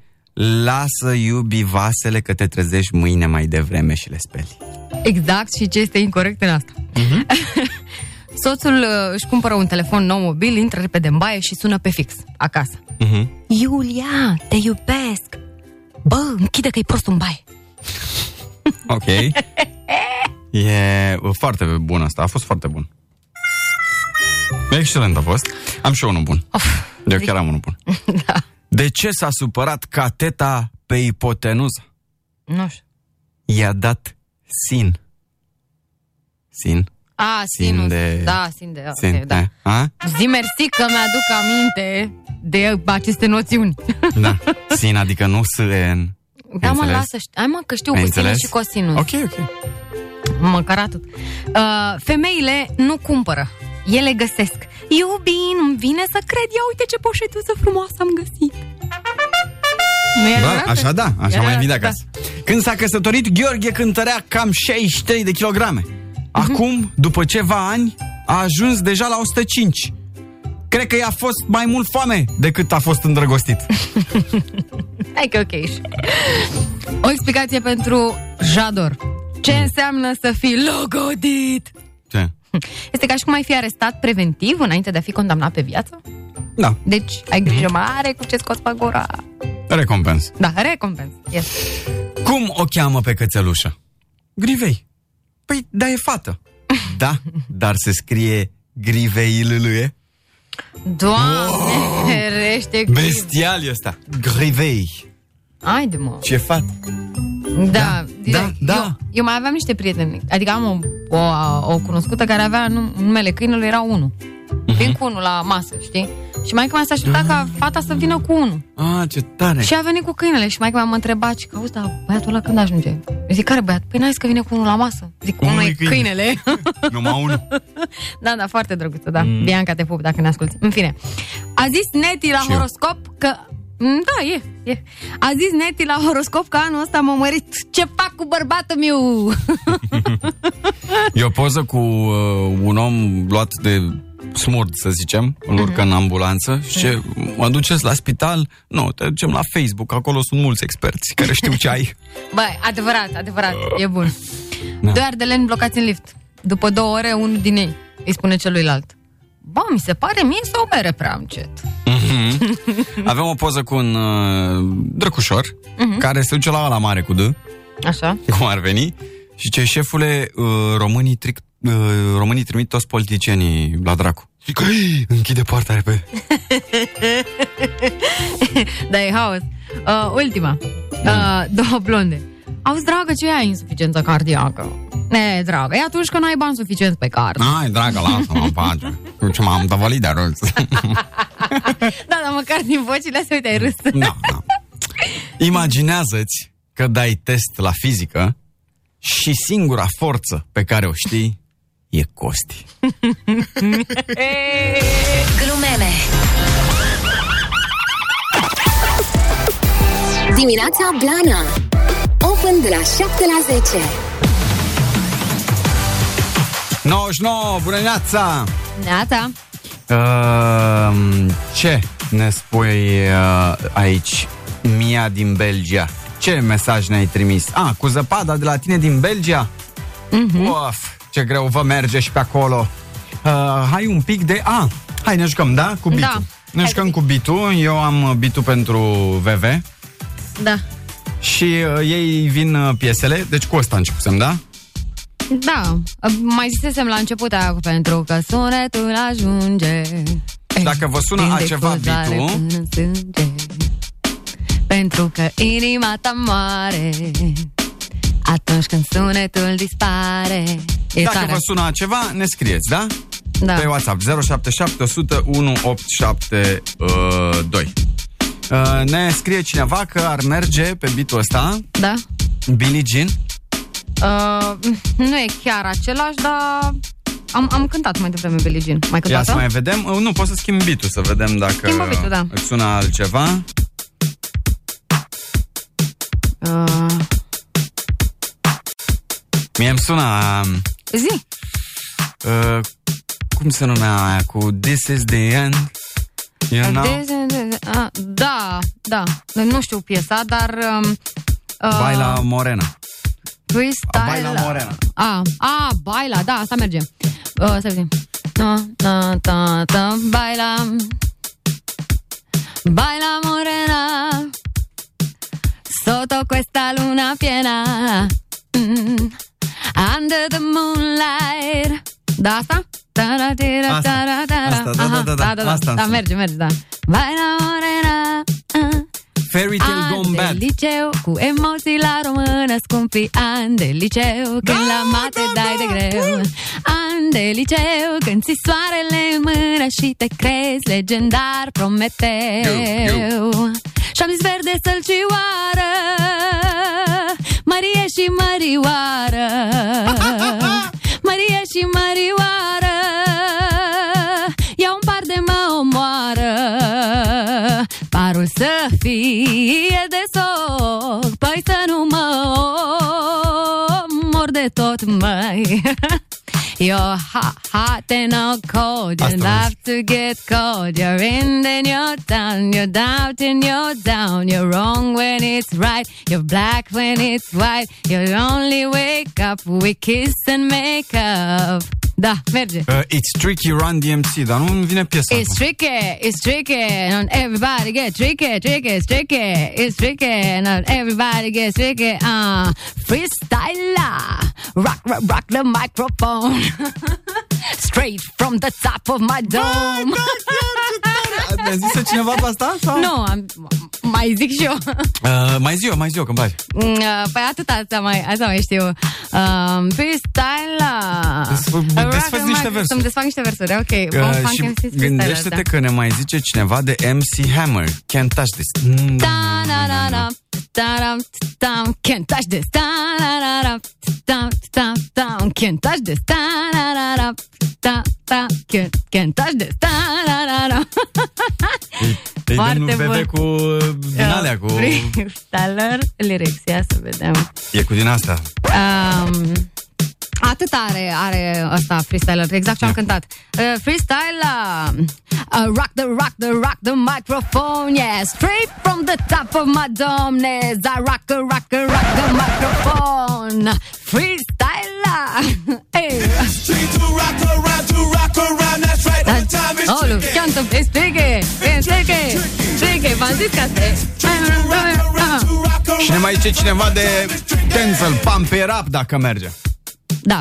Speaker 3: Lasă iubi vasele că te trezești mâine mai devreme și le speli
Speaker 4: Exact și ce este incorrect în asta.
Speaker 3: Mhm.
Speaker 4: [laughs] Soțul uh, își cumpără un telefon nou mobil, intră repede în baie și sună pe fix, acasă. Iulia, te iubesc! Bă, închide că e prost în baie.
Speaker 3: Ok E uh, foarte bun asta, a fost foarte bun Excelent a fost Am și eu unul bun Eu chiar am unul bun
Speaker 4: [laughs] da,
Speaker 3: De ce s-a supărat cateta pe ipotenuză?
Speaker 4: nu știu.
Speaker 3: I-a dat sin. Sin.
Speaker 4: A, sinus.
Speaker 3: Sinde.
Speaker 4: Da, sinde. da,
Speaker 3: Sin.
Speaker 4: ok, da.
Speaker 3: Da. A?
Speaker 4: Zi mersi că mi-aduc aminte de aceste noțiuni.
Speaker 3: da. Sin, adică nu sen.
Speaker 4: Da, mă,
Speaker 3: Înțeles.
Speaker 4: lasă. ști- Hai mă, că știu
Speaker 3: Ai
Speaker 4: cu sinus
Speaker 3: înțeles?
Speaker 4: și cosinus.
Speaker 3: Ok, ok.
Speaker 4: Măcar atât. Uh, femeile nu cumpără. Ele găsesc. Iubin, îmi vine să cred. Ia uite ce poșetuță frumoasă am găsit. Nu e
Speaker 3: Da,
Speaker 4: adevărat?
Speaker 3: așa da, așa
Speaker 4: Era-
Speaker 3: mai vine acasă. Când s-a căsătorit, Gheorghe cântărea cam 63 de kilograme. Acum, după ceva ani, a ajuns deja la 105. Cred că i-a fost mai mult foame decât a fost îndrăgostit.
Speaker 4: Hai că ok. și- O explicație pentru Jador. Ce înseamnă să fii logodit?
Speaker 3: [laughs] Ce?
Speaker 4: Este ca și cum ai fi arestat preventiv înainte de a fi condamnat pe viață.
Speaker 3: Da,
Speaker 4: Deci ai grijă mare cu ce scoți pe gura.
Speaker 3: recompens.
Speaker 4: Da, recompens. Yes.
Speaker 3: Cum o cheamă pe cățelușă? Grivei. Păi, da, e fată. [laughs] Da, dar se scrie grivei lâlâie.
Speaker 4: Doamne, ferește Besti-
Speaker 3: Bestial e ăsta. Grivei.
Speaker 4: Haide mă.
Speaker 3: Ce fată.
Speaker 4: Da, direct.
Speaker 3: da, da.
Speaker 4: Eu, eu mai aveam niște prieteni. Adică am o, o, o cunoscută care avea num- numele câinelui era unul. Vin cu unul la masă, știi? Și mai mea s-a așteptat ca fata să vină cu unul.
Speaker 3: A, ce tare.
Speaker 4: Și a venit cu câinele și mai mea m-a întrebat și că, auzi, dar băiatul ăla când ajunge? Eu zic, care băiat? Păi n-ai zis că vine cu unul la masă. Zic, unul e
Speaker 3: câine."
Speaker 4: câinele. [laughs]
Speaker 3: Numai unul.
Speaker 4: da, da, foarte drăguță, da. Bianca, te pup dacă ne asculti. În fine. A zis Neti la
Speaker 3: eu.
Speaker 4: horoscop că... Mm, Da, e, e. A zis Neti la horoscop că anul ăsta m-a mărit. Ce fac cu bărbatul meu?
Speaker 3: E o poză cu uh, un om luat de smurd, să zicem, îl urcă în ambulanță și ce, mă duceți la spital? Nu, te ducem la Facebook, acolo sunt mulți experți care știu ce ai.
Speaker 4: Băi, adevărat, adevărat, e bun.
Speaker 3: Da.
Speaker 4: Doi ardeleni blocați în lift. După două ore, unul din ei îi spune celuilalt. Bă, mi se pare mie sau mere prea încet.
Speaker 3: Avem o poză cu un uh, drăcușor care se duce la ala mare cu D,
Speaker 4: Așa?
Speaker 3: cum ar veni, și ce șefule uh, românii, tric, uh, românii trimit toți politicienii la dracu. Zic, "Ei, închide partea repede.
Speaker 4: Da, e haos. Uh, ultima. Uh, două blonde. Auzi, dragă, ce ai insuficiență cardiacă? E, dragă, e atunci că n-ai bani suficient pe card.
Speaker 3: Ai, dragă, lasă-mă în pace. Eu Ce m-am tăvălit de râs.
Speaker 4: Da, dar măcar din vocile astea, uite, ai râs.
Speaker 3: da, da. Imaginează-ți că dai test la fizică și singura forță pe care o știi e Costi.
Speaker 2: Glumeme Dimineața Blana Open de la 7 la 10
Speaker 3: 99, bună dimineața!
Speaker 4: Neata.
Speaker 3: Uh, ce Ne spui uh, aici Mia din Belgia. Ce mesaj ne-ai trimis? Ah, cu zăpada de la tine din Belgia?
Speaker 4: Mhm.
Speaker 3: Mm-hmm. Of, ce greu vă merge și pe acolo. Uh, hai un pic de... A, ah, hai ne jucăm, da? Cu
Speaker 4: Da.
Speaker 3: bitul. Ne
Speaker 4: Hai
Speaker 3: jucăm
Speaker 4: cu
Speaker 3: cu bitul. Eu am uh, bitul pentru VV
Speaker 4: Da.
Speaker 3: și uh, ei vin uh, piesele. Deci cu ăsta începusem, da?
Speaker 4: Da, mai zisesem la început aia cu pentru că sunetul ajunge.
Speaker 3: Dacă vă sună
Speaker 4: Din
Speaker 3: altceva
Speaker 4: difuzare
Speaker 3: bitul-
Speaker 4: până în sânge. Pentru că inima ta moare atunci când sunetul dispare. E
Speaker 3: Dacă
Speaker 4: tare.
Speaker 3: vă sună ceva, ne scrieți, da?
Speaker 4: Da.
Speaker 3: Pe WhatsApp 077 100 1872. Uh, ne scrie cineva că ar merge pe bitul ăsta
Speaker 4: Da?
Speaker 3: Billie Jean
Speaker 4: Uh, nu e chiar același, dar am, am cântat mai devreme Billie Jean. Mai da?
Speaker 3: Ia să
Speaker 4: cântată?
Speaker 3: mai vedem uh, Nu, poți să schimbi bitul să vedem dacă
Speaker 4: Schimbă bitul, da.
Speaker 3: îți sună altceva
Speaker 4: Uh,
Speaker 3: Mie îmi sună um,
Speaker 4: zi!
Speaker 3: uh, Cum se numea aia cu This is the end You know
Speaker 4: De- de- de- de- a, Da, da. Nu știu piesa, dar... Um, uh,
Speaker 3: Baila Morena
Speaker 4: Freestyle.
Speaker 3: Baila Morena.
Speaker 4: A, a, baila, da, asta merge. Uh, să vedem. Na, na, ta, ta, baila. Baila morena. Sotto questa luna piena. Mm. Under the moonlight. Da, asta? Tara, tira,
Speaker 3: Asta.
Speaker 4: tara, tara.
Speaker 3: Asta, da, da,
Speaker 4: Aha,
Speaker 3: da, da.
Speaker 4: da, da,
Speaker 3: Asta îmi
Speaker 4: da,
Speaker 3: sună.
Speaker 4: merge, merge, da. Baila morena. ah.
Speaker 3: Fairy Tale
Speaker 4: Ani
Speaker 3: Gone
Speaker 4: de
Speaker 3: Bad
Speaker 4: liceu, cu emoții la română Scumpii ani de liceu, când la mate dai de greu Ani de liceu, când ți soarele în mână Și te crezi legendar Prometeu Și-am zis verde sălcioară Marie și Mărioară Marie și Mărioară Ia un par de mă omoară Parul să fie de soc Păi să nu mă omor de tot, măi [laughs] You're hot, hot and all cold. You
Speaker 3: Asta
Speaker 4: love to get cold. You're in and you're down. You're doubt and you're down. You're wrong when it's right. You're black when it's white. You only wake up. We kiss and make up. Da, merge.
Speaker 3: uh, It's Tricky Run DMC Dar nu-mi vine piesa
Speaker 4: It's
Speaker 3: acum.
Speaker 4: tricky, it's tricky, and everybody get tricky, tricky, it's tricky, it's tricky, and everybody gets tricky. Uh, freestyler, rock, rock, rock the microphone, [laughs] straight from the top of my dome. [laughs]
Speaker 3: Mi-a zis cineva pe asta? Sau?
Speaker 4: nu, am, mai zic și eu.
Speaker 3: Uh, mai zi eu, mai zi eu, că îmi place.
Speaker 4: Mm, uh, Păi atât asta mai, asta mai știu. Um, freestyler.
Speaker 3: Desfă-
Speaker 4: Rock the
Speaker 3: desfăți niște
Speaker 4: microphone.
Speaker 3: versuri.
Speaker 4: Să-mi desfac niște versuri, ok.
Speaker 3: Uh,
Speaker 4: Vom fac MC
Speaker 3: și
Speaker 4: freestyler,
Speaker 3: gândește-te
Speaker 4: da.
Speaker 3: că ne mai zice cineva de MC Hammer. Can't touch this. Mm,
Speaker 4: da da da da da da can't touch this da da da da da da can't touch this da da da da da da can't can't touch this da da da da
Speaker 3: Ei,
Speaker 4: foarte
Speaker 3: domnul
Speaker 4: bun. Da.
Speaker 3: Bebe cu uh, din alea, cu...
Speaker 4: [laughs] Freestyler lyrics, ia să vedem
Speaker 3: E cu din asta.
Speaker 4: um, Atât are, are asta freestyler, exact ce am cântat. Uh, freestyler, uh, rock the, rock the, rock the microphone, yeah, straight from the top of my domnes, I rock the, rock the, rock the microphone, freestyler, [laughs] hey. Oh, look, cantă, it's tricky, it's tricky, tricky, e, v-am zis că asta e.
Speaker 3: Și ne mai zice cineva de Denzel, Pump It Up, dacă merge.
Speaker 4: Da.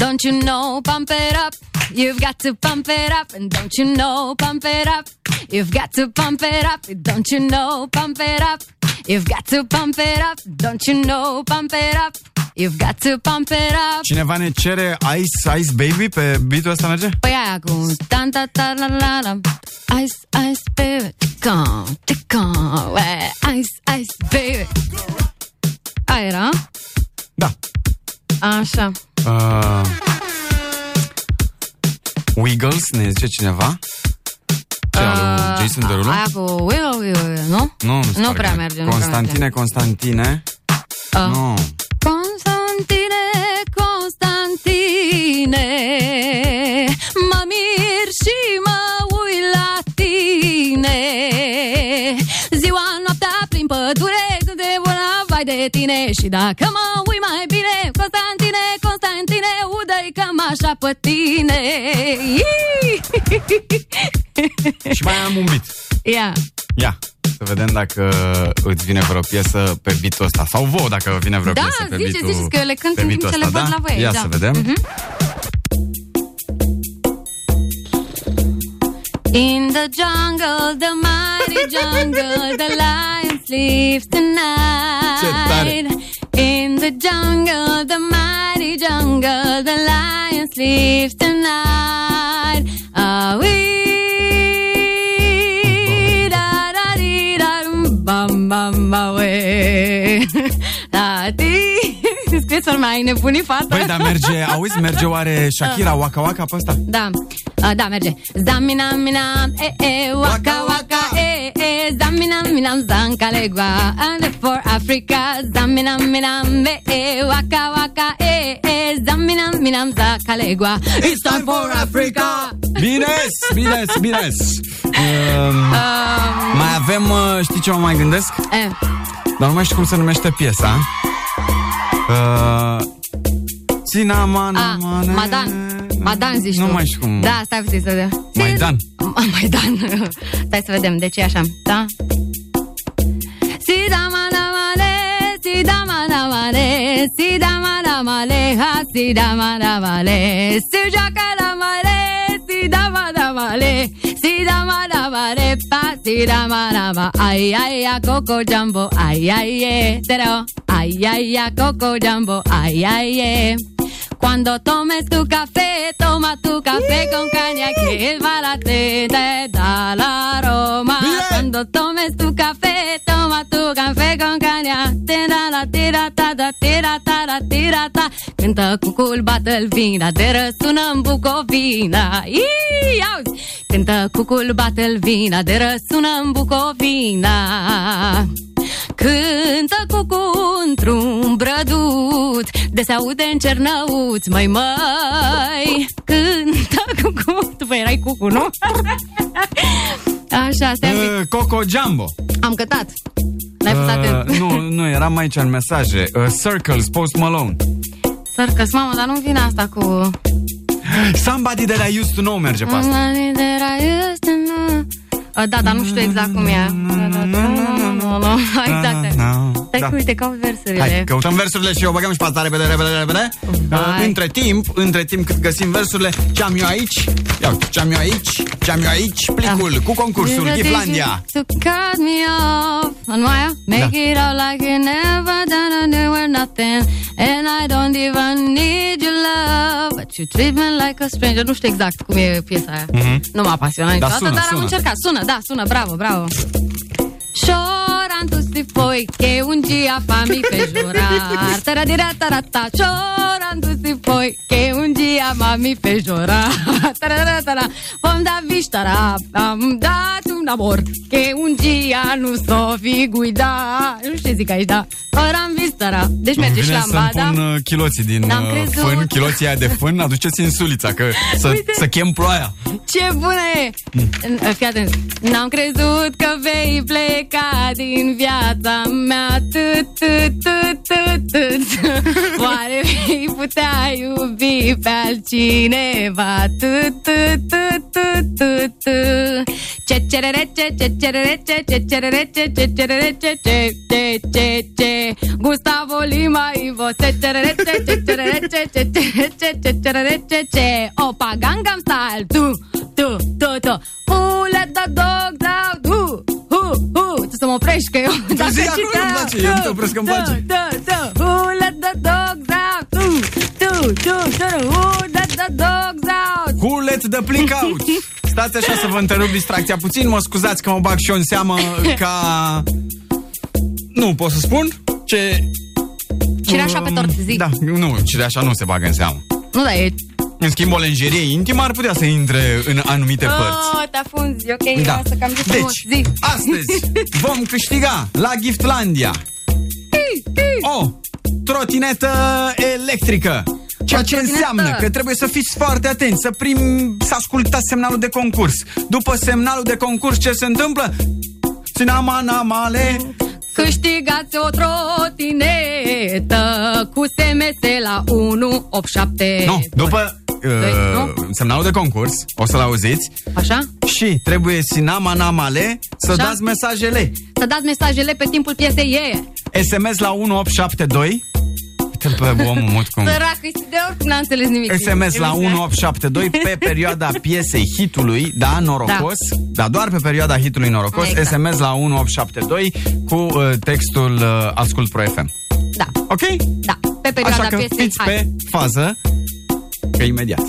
Speaker 4: Don't you know, pump it up. You've got to pump it up. And don't you know, pump it up. You've got to pump it up. Don't you know, pump it up. You've got to pump it up. Don't you know, pump it up. You've got to pump it up.
Speaker 3: Cineva ne cere Ice, Ice Baby pe beatul ăsta merge?
Speaker 4: Păi aia cu tan ta ta la la la Ice, ice, baby Ticon, ticon Ice, ice, baby Aia era?
Speaker 3: Da.
Speaker 4: Așa
Speaker 3: Uh, Wiggles, ne zice cineva. Ce, al lui Jason Derulo?
Speaker 4: Aia cu Willow, Willow, nu?
Speaker 3: Nu, mi se
Speaker 4: Uh, nu
Speaker 3: pare
Speaker 4: prea
Speaker 3: că-
Speaker 4: merge. nu prea
Speaker 3: Constantine, Constantine.
Speaker 4: merge. Ah.
Speaker 3: Nu.
Speaker 4: Constantine, Constantine, mă mir și mă uit la tine. de tine Și dacă mă uit mai bine Constantine, Constantine Udă-i cam așa pe tine
Speaker 3: Și mai am un beat.
Speaker 4: [laughs] Ia,
Speaker 3: Ia, să vedem dacă îți vine vreo piesă pe bitul ăsta. Sau vouă dacă vine vreo
Speaker 4: Da,
Speaker 3: piesă pe
Speaker 4: ziceți,
Speaker 3: bitul
Speaker 4: ziceți, că eu le cânt
Speaker 3: pe
Speaker 4: în timp
Speaker 3: bitul
Speaker 4: ce le
Speaker 3: ăsta,
Speaker 4: văd
Speaker 3: da?
Speaker 4: la voi,
Speaker 3: Ia
Speaker 4: da.
Speaker 3: să vedem.
Speaker 4: Mhm. In the jungle, the mighty jungle, the lion sleeps
Speaker 13: Ce tare.
Speaker 4: tonight. In the jungle, the mighty jungle, the lion sleeps tonight. Ah, we da da dee da dum, bam bam ba we [laughs] da [laughs] di. Scrieți mai nebunii fata.
Speaker 3: Păi, dar merge, auzi, merge oare Shakira Waka Waka pe ăsta?
Speaker 4: Da, uh, da, merge Zamina, mina, e, e, waka, waka, e, e Zamina, mina, zancalegua And for Africa Zamina, mina, e, e, waka, waka, e, e Zamina, mina, zancalegua It's time for Africa
Speaker 3: Bines, bines, bines. Um, mai avem, uh, știi ce mă mai gândesc?
Speaker 4: Eh,
Speaker 3: Dar nu mai știu cum se numește piesa. Uh, Cinnamon,
Speaker 4: a, Ah, Madan Madan zici
Speaker 3: Nu
Speaker 4: tu.
Speaker 3: mai știu cum.
Speaker 4: Da, stai puțin să vedem [laughs]
Speaker 3: Maidan.
Speaker 4: Mai dan Stai să vedem, deci e așa, da? Si da ma da ma le, si da ma da ma le, si da ma da ma le, ha si da ma da ma le, si joacă la ma le, si da ma da ma le, si da ma da ma le, pa si da ma da ma, ai ai a coco jumbo, ai ai e, tero, ai ai a coco jumbo, ai ai e. Cuando tomes tu café, toma tu café con caña que el balate te da la aroma. Cuando tomes tu café, toma tu café con caña. Tira la tira ta da tira ta da tira ta. Cântă cu culbată-l vina, te răsună în Bucovina. Ii, auzi! Cântă cu culbată-l vina, te răsună în Bucovina. Cântă cucu într-un brăduț De se aude în cernăuț, măi, măi Cântă cucu Tu păi erai cucu, nu? [laughs] Așa, stai un pic.
Speaker 3: Uh, Coco Jumbo.
Speaker 4: Am cătat L-ai pus atent
Speaker 3: Uh, nu, nu, eram aici în mesaje. Uh, Circles, Post Malone.
Speaker 4: Sărcăs, mamă, dar nu vine asta cu...
Speaker 3: Somebody that I used to know merge pe asta.
Speaker 4: Mani de rai este, nu. Uh, Da, dar nu știu exact cum e Da, da, da, nu, nu, nu.
Speaker 3: Na,
Speaker 4: Exact
Speaker 3: na.
Speaker 4: Stai
Speaker 3: Da.
Speaker 4: că uite, caut
Speaker 3: Hai,
Speaker 4: versurile
Speaker 3: căutăm versurile și o băgăm și pe asta repede, repede, repede. Uh, între timp, între timp cât găsim versurile, ce am eu aici? Ia uite, ce am eu aici? Ce am eu aici? Plicul
Speaker 4: Ah.
Speaker 3: cu concursul
Speaker 4: You're the
Speaker 3: Giflandia.
Speaker 4: teacher To cut me off. On Maya,
Speaker 3: Da.
Speaker 4: make it out like you never done or do or nothing. And I don't even need your love. But you treat me like a stranger. Nu știu exact cum e piesa aia.
Speaker 13: Mhm.
Speaker 4: Nu m-a pasionat
Speaker 13: Dar
Speaker 4: niciodată,
Speaker 13: sună,
Speaker 4: dar am
Speaker 13: sună.
Speaker 4: încercat. Sună, da, sună, bravo, bravo. Șoran tu si foi che un dia fammi peggiorar Taradira tarata Șoran tu si foi che un dia fammi peggiorar Taradira tarata Vom da vistara Am dat un amor Che un dia nu so fi guida Nu știu ce zic aici, da Șoran vistara Deci merge și
Speaker 3: Îmi
Speaker 4: la
Speaker 3: vine să-mi
Speaker 4: ambada
Speaker 3: pun uh, chiloții din
Speaker 4: N-am
Speaker 3: uh,
Speaker 4: crezut.
Speaker 3: fân, chiloții aia de fân, aduceți în sulița, că să,
Speaker 4: Uite.
Speaker 3: să chem ploaia.
Speaker 4: Ce bună e! Mm. Fii atent. N-am crezut că vei pleca din viața mea tut, tut, tut, tut, tut. Oare vei putea iubi pe altcineva tut, tut, tut, tut, tut, tut. Ce cerere, ce, ce cerere, ce, ce cerere, ce, ce cerere, ce, ce, ce, ce, ce. Gustavo Lima Ivo, se cerere, ce, ce cerere, ce, ce cerere, ce, ce cerere, ce, ce. Opa, Gangnam Style, tu, tu, tu, tu. Who let the dogs out? Who, who, who? Tu să mă oprești că eu... dacă
Speaker 13: zi acolo,
Speaker 4: citeam,
Speaker 13: îmi place, eu nu te
Speaker 4: tu,
Speaker 13: opresc că îmi
Speaker 4: tu,
Speaker 13: place.
Speaker 4: tu, tu. Who let the dogs out? Tu, tu, tu, tu. Who let the dogs out?
Speaker 3: Who let the plick
Speaker 4: [laughs]
Speaker 3: out? Stați așa să vă întrerup distracția puțin, mă scuzați că mă bag și eu în seamă ca... Nu pot să spun ce...
Speaker 4: Cireașa pe tort, zi.
Speaker 3: Da, nu, cine așa nu se bagă în seamă.
Speaker 4: Nu, da, e...
Speaker 3: În schimb, o lenjerie intimă ar putea să intre în anumite
Speaker 14: Ah,
Speaker 3: părți.
Speaker 4: Oh, te afunzi,
Speaker 3: Da.
Speaker 4: ok, da. lasă că am zis frumos.
Speaker 3: Deci,
Speaker 4: Zi.
Speaker 3: astăzi vom câștiga la Giftlandia o trotinetă electrică. Ceea ce înseamnă că trebuie să fiți foarte atenți, să prim, să ascultați semnalul de concurs. După semnalul de concurs, ce se întâmplă? Sinama, namale,
Speaker 14: Câștigați o trotinetă Cu SMS la 187
Speaker 3: Nu, după uh, semnalul de concurs, o să-l auziți.
Speaker 14: Așa?
Speaker 3: Și trebuie sinama namale să
Speaker 14: Așa?
Speaker 3: dați mesajele.
Speaker 14: Să dați mesajele pe timpul piesei ei
Speaker 3: SMS la 1872. Uite-l pe omul mut cum...
Speaker 14: Sărac, îi- de oricum n-a înțeles nimic da?
Speaker 3: SMS la
Speaker 14: Emisia.
Speaker 3: 1872 pe perioada piesei hitului, da, norocos, da. dar doar pe perioada hitului norocos,
Speaker 14: Exact.
Speaker 3: exact. SMS la 1872 cu uh, textul uh, Ascult Pro FM.
Speaker 14: Da
Speaker 3: Ok?
Speaker 14: Da, pe perioada
Speaker 3: Așa că
Speaker 14: piesei
Speaker 3: fiți
Speaker 14: hai.
Speaker 3: pe fază, că imediat.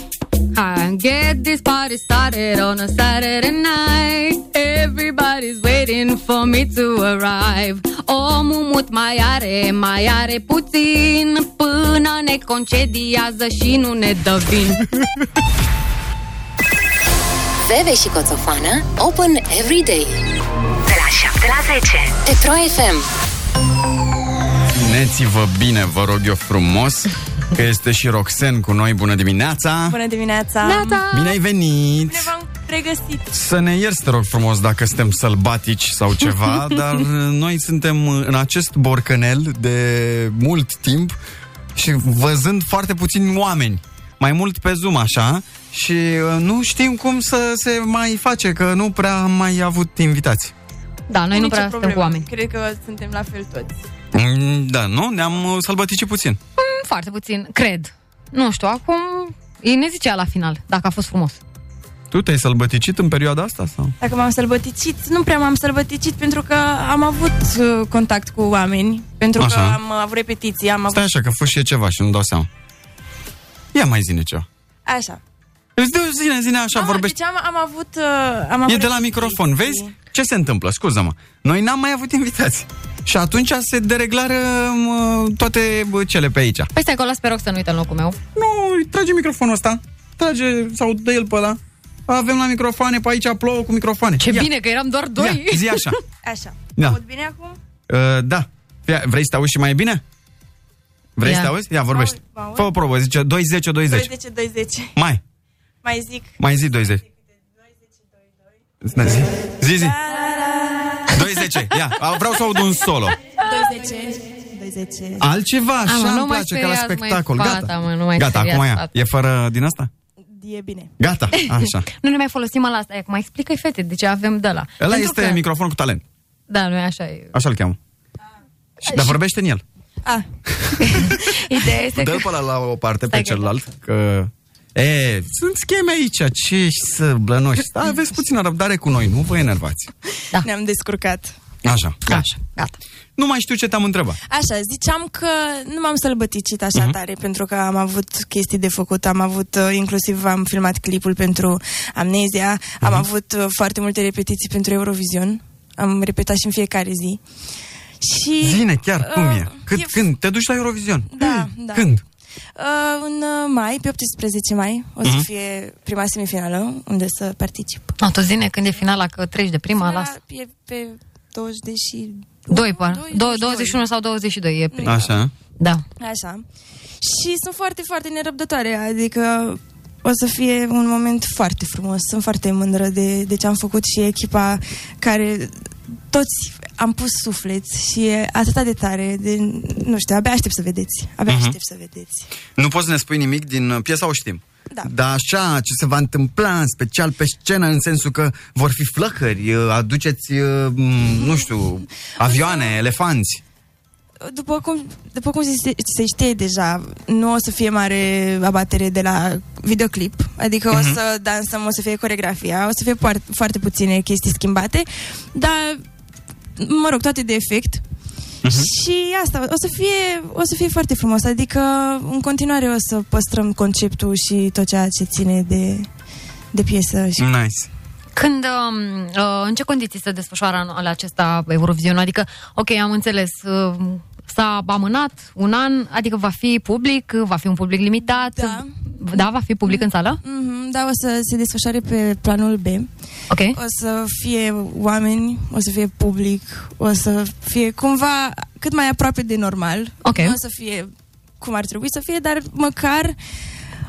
Speaker 14: And get this party started on a Saturday night. Everybody's waiting for me to arrive. O mumut mai are, mai are puțin până ne concediază și nu ne dă vin.
Speaker 3: Da,
Speaker 2: Veve și Coțofană Open every day De la 7 la 10 Pe Pro FM
Speaker 3: Țineți-vă bine, vă rog eu frumos, că este și Roxen cu noi. Bună dimineața!
Speaker 8: Bună dimineața!
Speaker 4: Da,
Speaker 3: Bine ai venit!
Speaker 8: Bine v-am pregăsit!
Speaker 3: Să ne ierți, te rog frumos, dacă suntem sălbatici sau [laughs] ceva, dar uh, noi suntem uh, în acest borcanel de mult timp și văzând foarte puțini oameni. Mai mult pe Zoom, așa, și uh, nu știm cum să se mai face, că nu prea am mai avut invitați.
Speaker 4: Da, noi nu
Speaker 8: nicio
Speaker 4: prea suntem cu oameni.
Speaker 8: Cred că suntem la fel toți.
Speaker 3: Mm, Da, nu? Ne-am uh, sălbăticit puțin.
Speaker 4: Mm, Foarte puțin, cred. Nu știu, acum ei ne zicea la final, dacă a fost frumos.
Speaker 3: Tu te-ai sălbăticit în perioada asta? sau?
Speaker 8: Dacă m-am sălbăticit, nu prea m-am sălbăticit pentru că am avut uh, contact cu oameni, pentru că
Speaker 3: Așa.
Speaker 8: am uh, avut repetiții, am avut...
Speaker 3: Stai așa, că fâșie ceva și nu dau seama. Ia mai zine ceva.
Speaker 8: Așa.
Speaker 3: Îți dă zine, zine așa,
Speaker 8: am,
Speaker 3: vorbește.
Speaker 8: Deci am, am avut... Uh, am avut
Speaker 3: Da, E de la
Speaker 8: repetiții.
Speaker 3: microfon, vezi? Ce se întâmplă? Scuză-mă. Noi n-am mai avut invitați. Și atunci se dereglară mă, toate bă, cele pe aici.
Speaker 4: Păi stai că o las pe rog să nu uite în locul meu.
Speaker 3: Nu, îi trage microfonul ăsta. Trage sau dă el pe ăla. Avem la microfoane, pe aici plouă cu microfoane.
Speaker 4: Ce bine că eram doar doi.
Speaker 3: Ia, zi așa.
Speaker 8: [laughs] Așa.
Speaker 3: Da.
Speaker 8: Aud bine acum?
Speaker 3: Uh, da. Ia, vrei să te auzi și mai bine? Vrei
Speaker 8: Ia.
Speaker 3: să te auzi? Ia, vorbește.
Speaker 8: Mă aud?
Speaker 3: Fă o probă, zice 20 20.
Speaker 8: 20, 20.
Speaker 3: Mai,
Speaker 8: Mai zic.
Speaker 3: mai zi 20. Da, zi. Zi, zi. 20, ia. Vreau să aud un solo.
Speaker 8: 20. 20.
Speaker 3: Altceva,
Speaker 8: Am,
Speaker 3: așa
Speaker 8: nu
Speaker 3: îmi
Speaker 8: mai
Speaker 3: place ca la
Speaker 8: speriați, măi,
Speaker 3: spectacol.
Speaker 8: fata,
Speaker 3: Gata,
Speaker 4: mă, nu mai
Speaker 3: Gata acum
Speaker 4: speriați,
Speaker 3: ia.
Speaker 4: fata.
Speaker 3: E fără din asta?
Speaker 8: E bine.
Speaker 3: Gata, așa.
Speaker 4: [laughs] nu ne mai folosim la asta. Ia, Mai explică-i fete de ce avem de la.
Speaker 3: Ăla este microfon cu talent.
Speaker 4: Da, nu e așa. e-
Speaker 3: Așa îl cheamă.
Speaker 4: Ah,
Speaker 3: Și, dar vorbește în el.
Speaker 4: [laughs] Ideea este că...
Speaker 3: Dă-l pe ăla la o parte,
Speaker 4: Stai
Speaker 3: pe
Speaker 4: că-
Speaker 3: celălalt, că... E, sunt scheme aici, ce ești să blănoși. Da, aveți puțină răbdare cu noi, nu vă enervați.
Speaker 8: Da. Ne-am descurcat.
Speaker 3: Așa, gata. Așa,
Speaker 4: gata.
Speaker 3: Nu mai știu ce te-am întrebat.
Speaker 8: Așa, ziceam că nu m-am sălbăticit așa
Speaker 3: Mhm.
Speaker 8: uh-huh. tare pentru că am avut chestii de făcut, am avut uh, inclusiv am filmat clipul pentru Amnezia, uh-huh. am avut uh, foarte multe repetiții pentru Eurovision, am repetat și în fiecare zi. Și
Speaker 3: Zine chiar, cum
Speaker 8: uh,
Speaker 3: e? Cât,
Speaker 8: e-
Speaker 3: Când? Te duci la Eurovision?
Speaker 8: Da,
Speaker 3: [clears throat]
Speaker 8: da.
Speaker 3: Când?
Speaker 8: Uh, în uh, mai, pe 18 mai, o să
Speaker 3: Mhm.
Speaker 8: uh-huh. fie prima semifinală unde să particip.
Speaker 4: A, tu zine când e finala, că treci de prima, las.
Speaker 8: E pe 20 și...
Speaker 4: Doi, par. Dou- 21 sau 22
Speaker 8: Păi
Speaker 4: e prima.
Speaker 3: Așa.
Speaker 4: Da.
Speaker 8: Așa. Și sunt foarte, foarte nerăbdătoare, adică o să fie un moment foarte frumos. Sunt foarte mândră de, de ce am făcut și echipa care toți am pus suflet și e atâta de tare, de, nu știu, abia aștept să vedeți. Abia
Speaker 3: Mhm.
Speaker 8: uh-huh. aștept să vedeți.
Speaker 3: Nu poți să ne spui nimic din uh, piesa, o știm.
Speaker 8: Da.
Speaker 3: Dar așa, ce se va întâmpla, în special pe scenă, în sensul că vor fi flăcări, uh, aduceți, uh, m, nu
Speaker 8: [laughs]
Speaker 3: știu, avioane, elefanți.
Speaker 8: După cum, după cum se, se știe deja, nu o să fie mare abatere de la videoclip, adică
Speaker 1: Mhm.
Speaker 8: o să dansăm, o să fie coregrafia, o să fie foarte, foarte puține chestii schimbate, dar, mă rog, toate de efect. Și asta, o să, fie, o să fie foarte frumos, adică în continuare o să păstrăm conceptul și tot ceea ce ține de, de piesă. Și...
Speaker 3: Nice.
Speaker 4: Când, um, uh, în ce condiții se desfășoară anul acesta Eurovision? Adică, ok, am înțeles, uh, s-a amânat un an, adică va fi public, va fi un public limitat. Da. Da, va fi public în sală?
Speaker 8: Mhm, Da, o să se desfășoare pe planul B.
Speaker 4: Ok.
Speaker 8: O să fie oameni, o să fie public, o să fie cumva cât mai aproape de normal.
Speaker 4: Ok.
Speaker 8: Nu o să fie cum ar trebui să fie, dar măcar...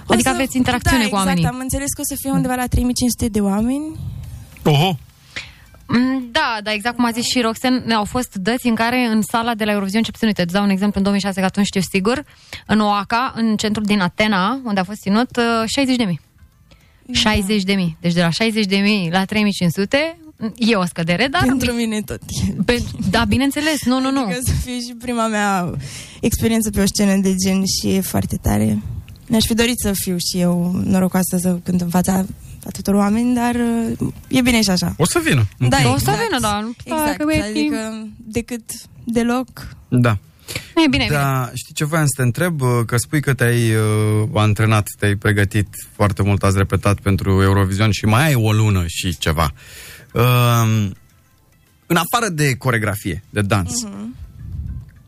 Speaker 8: o
Speaker 4: Adică aveți interacțiune
Speaker 8: da,
Speaker 4: cu oamenii.
Speaker 8: exact, am înțeles că o să fie undeva la 3500 de oameni.
Speaker 3: Oho!
Speaker 4: Da, da, exact cum a zis și Roxen, au fost dăți în care în sala de la Eurovision ce ținută, îți dau un exemplu, în 2006, că atunci știu sigur, în Oaca, în centrul din Atena, unde a fost ținut, 60 de mii.
Speaker 8: Da.
Speaker 4: 60 de mii. Deci de la 60 de mii la 3500, e o scădere, dar...
Speaker 8: Pentru mine tot.
Speaker 4: Da, Pe, da, bineînțeles, nu, nu, nu.
Speaker 8: Adică să fie și prima mea experiență pe o scenă de gen și e foarte tare. Mi-aș fi dorit să fiu și eu norocoasă să cânt în fața a tuturor oameni, dar uh, e bine și așa.
Speaker 3: O să vină.
Speaker 8: Da,
Speaker 4: exact. o să vină, da.
Speaker 8: Exact, adică decât deloc.
Speaker 3: Da.
Speaker 4: E bine,
Speaker 3: da,
Speaker 4: bine.
Speaker 3: știi ce voiam să te întreb? Că spui că te-ai uh, antrenat, te-ai pregătit foarte mult, ați repetat pentru Eurovision și mai ai o lună și ceva. Uh, în afară de coregrafie, de dans, uh-huh.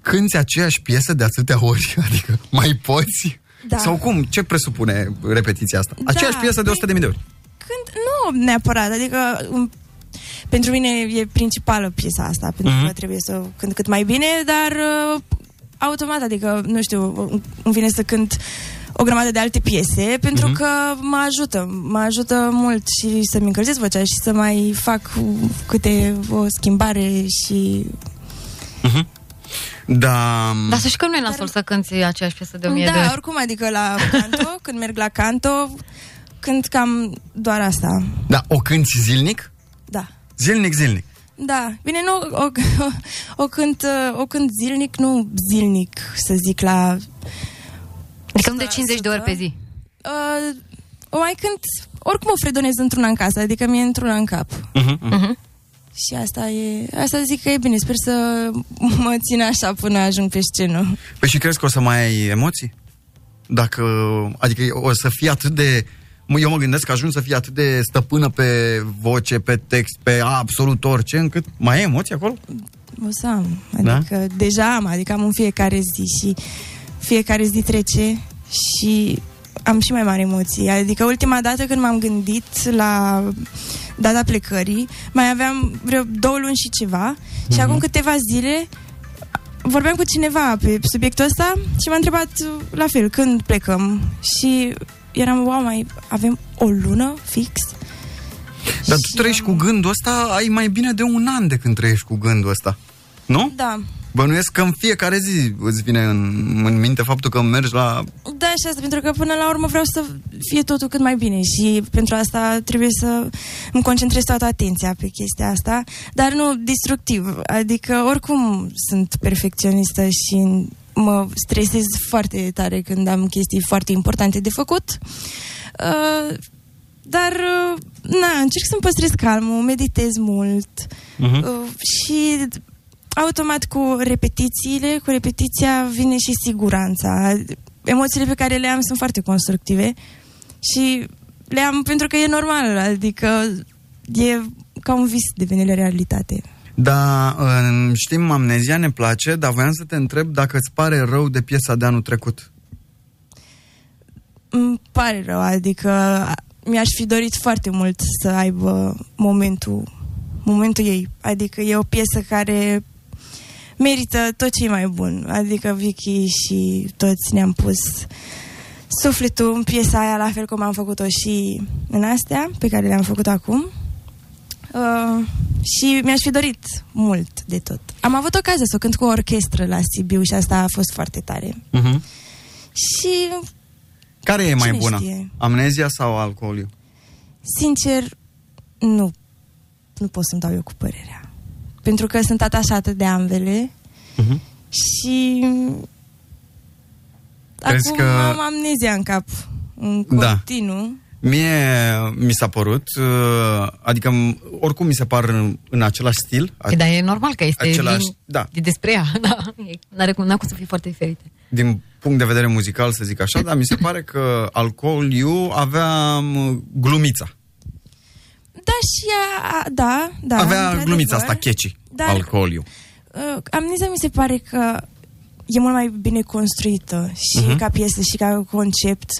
Speaker 3: cânti aceeași piesă de atâtea ori? [laughs] Adică mai poți? Da. Sau cum? Ce presupune repetiția asta? Da, aceeași piesă de 100.000 de, de ori
Speaker 8: când nu neapărat, adică um, pentru mine e principală piesa asta, pentru mm-hmm. că trebuie să o cânt cât mai bine, dar uh, automat, adică, nu știu, îmi vine să cânt o grămadă de alte piese, pentru mm-hmm. că mă ajută, mă ajută mult și să-mi încălzesc vocea și să mai fac um, câte o schimbare și...
Speaker 3: Mm-hmm. Da.
Speaker 4: Dar să știi că nu e nasol dar... să cânti aceeași piesă de o mie
Speaker 8: da,
Speaker 4: de ori.
Speaker 8: oricum, adică la canto, când merg la canto, cânt cam doar asta.
Speaker 3: Da, o cânti zilnic?
Speaker 8: Da.
Speaker 3: Zilnic, zilnic.
Speaker 8: Da, bine, nu, o, o, o, cânt, o cânt zilnic, nu zilnic, să zic, la...
Speaker 4: Adică de 50 de ori pe zi.
Speaker 8: Uh, o mai cânt, oricum o fredonez într-una în casă, adică mi-e într-una în cap.
Speaker 3: Uh-huh, uh-huh.
Speaker 8: Și asta e, asta zic că e bine, sper să mă țin așa până ajung pe scenă.
Speaker 3: Păi și crezi că o să mai ai emoții? Dacă, adică o să fii atât de eu mă gândesc că ajung să fie atât de stăpână pe voce, pe text, pe absolut orice, încât mai ai emoții acolo?
Speaker 8: O să am. Adică da? deja am, adică am în fiecare zi și fiecare zi trece și am și mai mari emoții. Adică ultima dată când m-am gândit la data plecării, mai aveam vreo două luni și ceva mm-hmm.
Speaker 3: Mhm.
Speaker 8: și acum câteva zile vorbeam cu cineva pe subiectul ăsta și m-a întrebat la fel, când plecăm? Și eram, wow, mai avem o lună fix?
Speaker 3: Dar tu trăiești am... cu gândul ăsta, ai mai bine de un an de când trăiești cu gândul ăsta, nu?
Speaker 8: Da.
Speaker 3: Bănuiesc că în fiecare zi îți vine în, în minte faptul că mergi la...
Speaker 8: Da, și asta, pentru că până la urmă vreau să fie totul cât mai bine și pentru asta trebuie să îmi concentrez toată atenția pe chestia asta, dar nu destructiv, adică oricum sunt perfecționistă și mă stresez foarte tare când am chestii foarte importante de făcut. Uh, dar, uh, na, încerc să-mi păstrez calmul, meditez mult uh-huh. uh, și automat cu repetițiile, cu repetiția vine și siguranța. Emoțiile pe care le am sunt foarte constructive și le am pentru că e normal, adică e ca un vis devine realitate.
Speaker 3: Da, știm, amnezia ne place, dar voiam să te întreb dacă îți pare rău de piesa de anul trecut.
Speaker 8: Îmi pare rău, adică mi-aș fi dorit foarte mult să aibă momentul, momentul ei. Adică e o piesă care merită tot ce e mai bun. Adică Vicky și toți ne-am pus sufletul în piesa aia, la fel cum am făcut-o și în astea pe care le-am făcut acum. Uh, și mi-aș fi dorit mult de tot. Am avut ocazia să o cânt cu o orchestră la Sibiu și asta a fost foarte tare.
Speaker 3: Uh-huh.
Speaker 8: Și...
Speaker 3: Care e mai bună? Știe? Amnezia sau alcoolul?
Speaker 8: Sincer, nu. Nu pot să-mi dau eu cu părerea. Pentru că sunt atașată de ambele
Speaker 3: uh-huh.
Speaker 8: și... Crezi Acum că... am amnezia în cap. În continuu. Da.
Speaker 3: Mie mi s-a părut, adică oricum mi se par în, în același stil.
Speaker 4: A, Păi, Dar e normal că este același, Da. din,
Speaker 3: da.
Speaker 4: de despre ea, [laughs] da. N-are cum, n-a cum să fie foarte diferite.
Speaker 3: Din punct de vedere muzical, să zic așa, dar mi se pare că Alcool You avea glumița.
Speaker 8: Da, și ea, da, da.
Speaker 3: Avea glumița asta, catchy, dar, Alcool You.
Speaker 8: Uh, amniza mi se pare că e mult mai bine construită și
Speaker 3: Mhm.
Speaker 8: uh-huh. ca piesă și ca concept.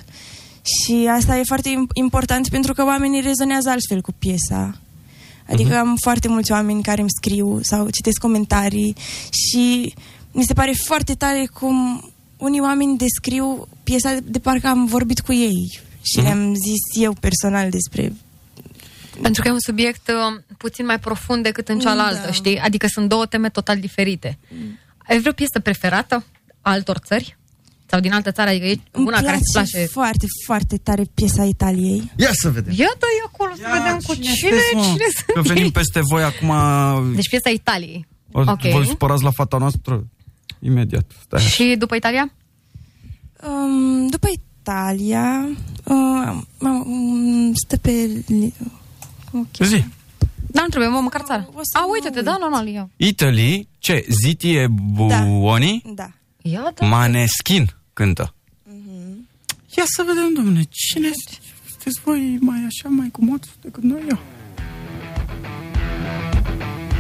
Speaker 8: Și asta e foarte important pentru că oamenii rezonează altfel cu piesa.
Speaker 3: Mhm.
Speaker 8: Adică uh-huh. am foarte mulți oameni care îmi scriu sau citesc comentarii și mi se pare foarte tare cum unii oameni descriu
Speaker 3: Mhm.
Speaker 8: piesa de parcă am vorbit cu ei și uh-huh. le-am zis eu personal despre
Speaker 4: Pentru că e un subiect uh, puțin mai profund decât în cealaltă,
Speaker 14: Da.
Speaker 4: știi? Adică sunt două teme total diferite.
Speaker 8: Mm.
Speaker 4: Ai vreo piesă preferată a altor țări? Sau din altă țară? Adică e
Speaker 8: Îmi
Speaker 4: una care îți
Speaker 8: place
Speaker 4: place?
Speaker 8: foarte, foarte tare piesa Italiei.
Speaker 12: Ia să vedem.
Speaker 4: Iată-i acolo, să vedem cu cine, cine
Speaker 3: Că
Speaker 4: sunt
Speaker 3: venim
Speaker 4: ei.
Speaker 3: peste voi acum,
Speaker 4: Deci piesa Italiei.
Speaker 3: o,
Speaker 4: ok.
Speaker 3: vă supărați la fata noastră? Imediat. Stai.
Speaker 4: Și după Italia?
Speaker 8: Um, după Italia, um, um, stă pe... li- cum o cheamă?
Speaker 3: Zi.
Speaker 4: Dar Da, nu trebuie, mă, măcar țara. A, uite-te, da, normal, eu.
Speaker 3: Italy, ce? Ziti e buoni?
Speaker 8: Da.
Speaker 4: Iată.
Speaker 3: Maneskin cântă.
Speaker 15: Mhm. Ia să vedem, domnule, cine sunteți voi mai așa, mai cu moț decât noi eu?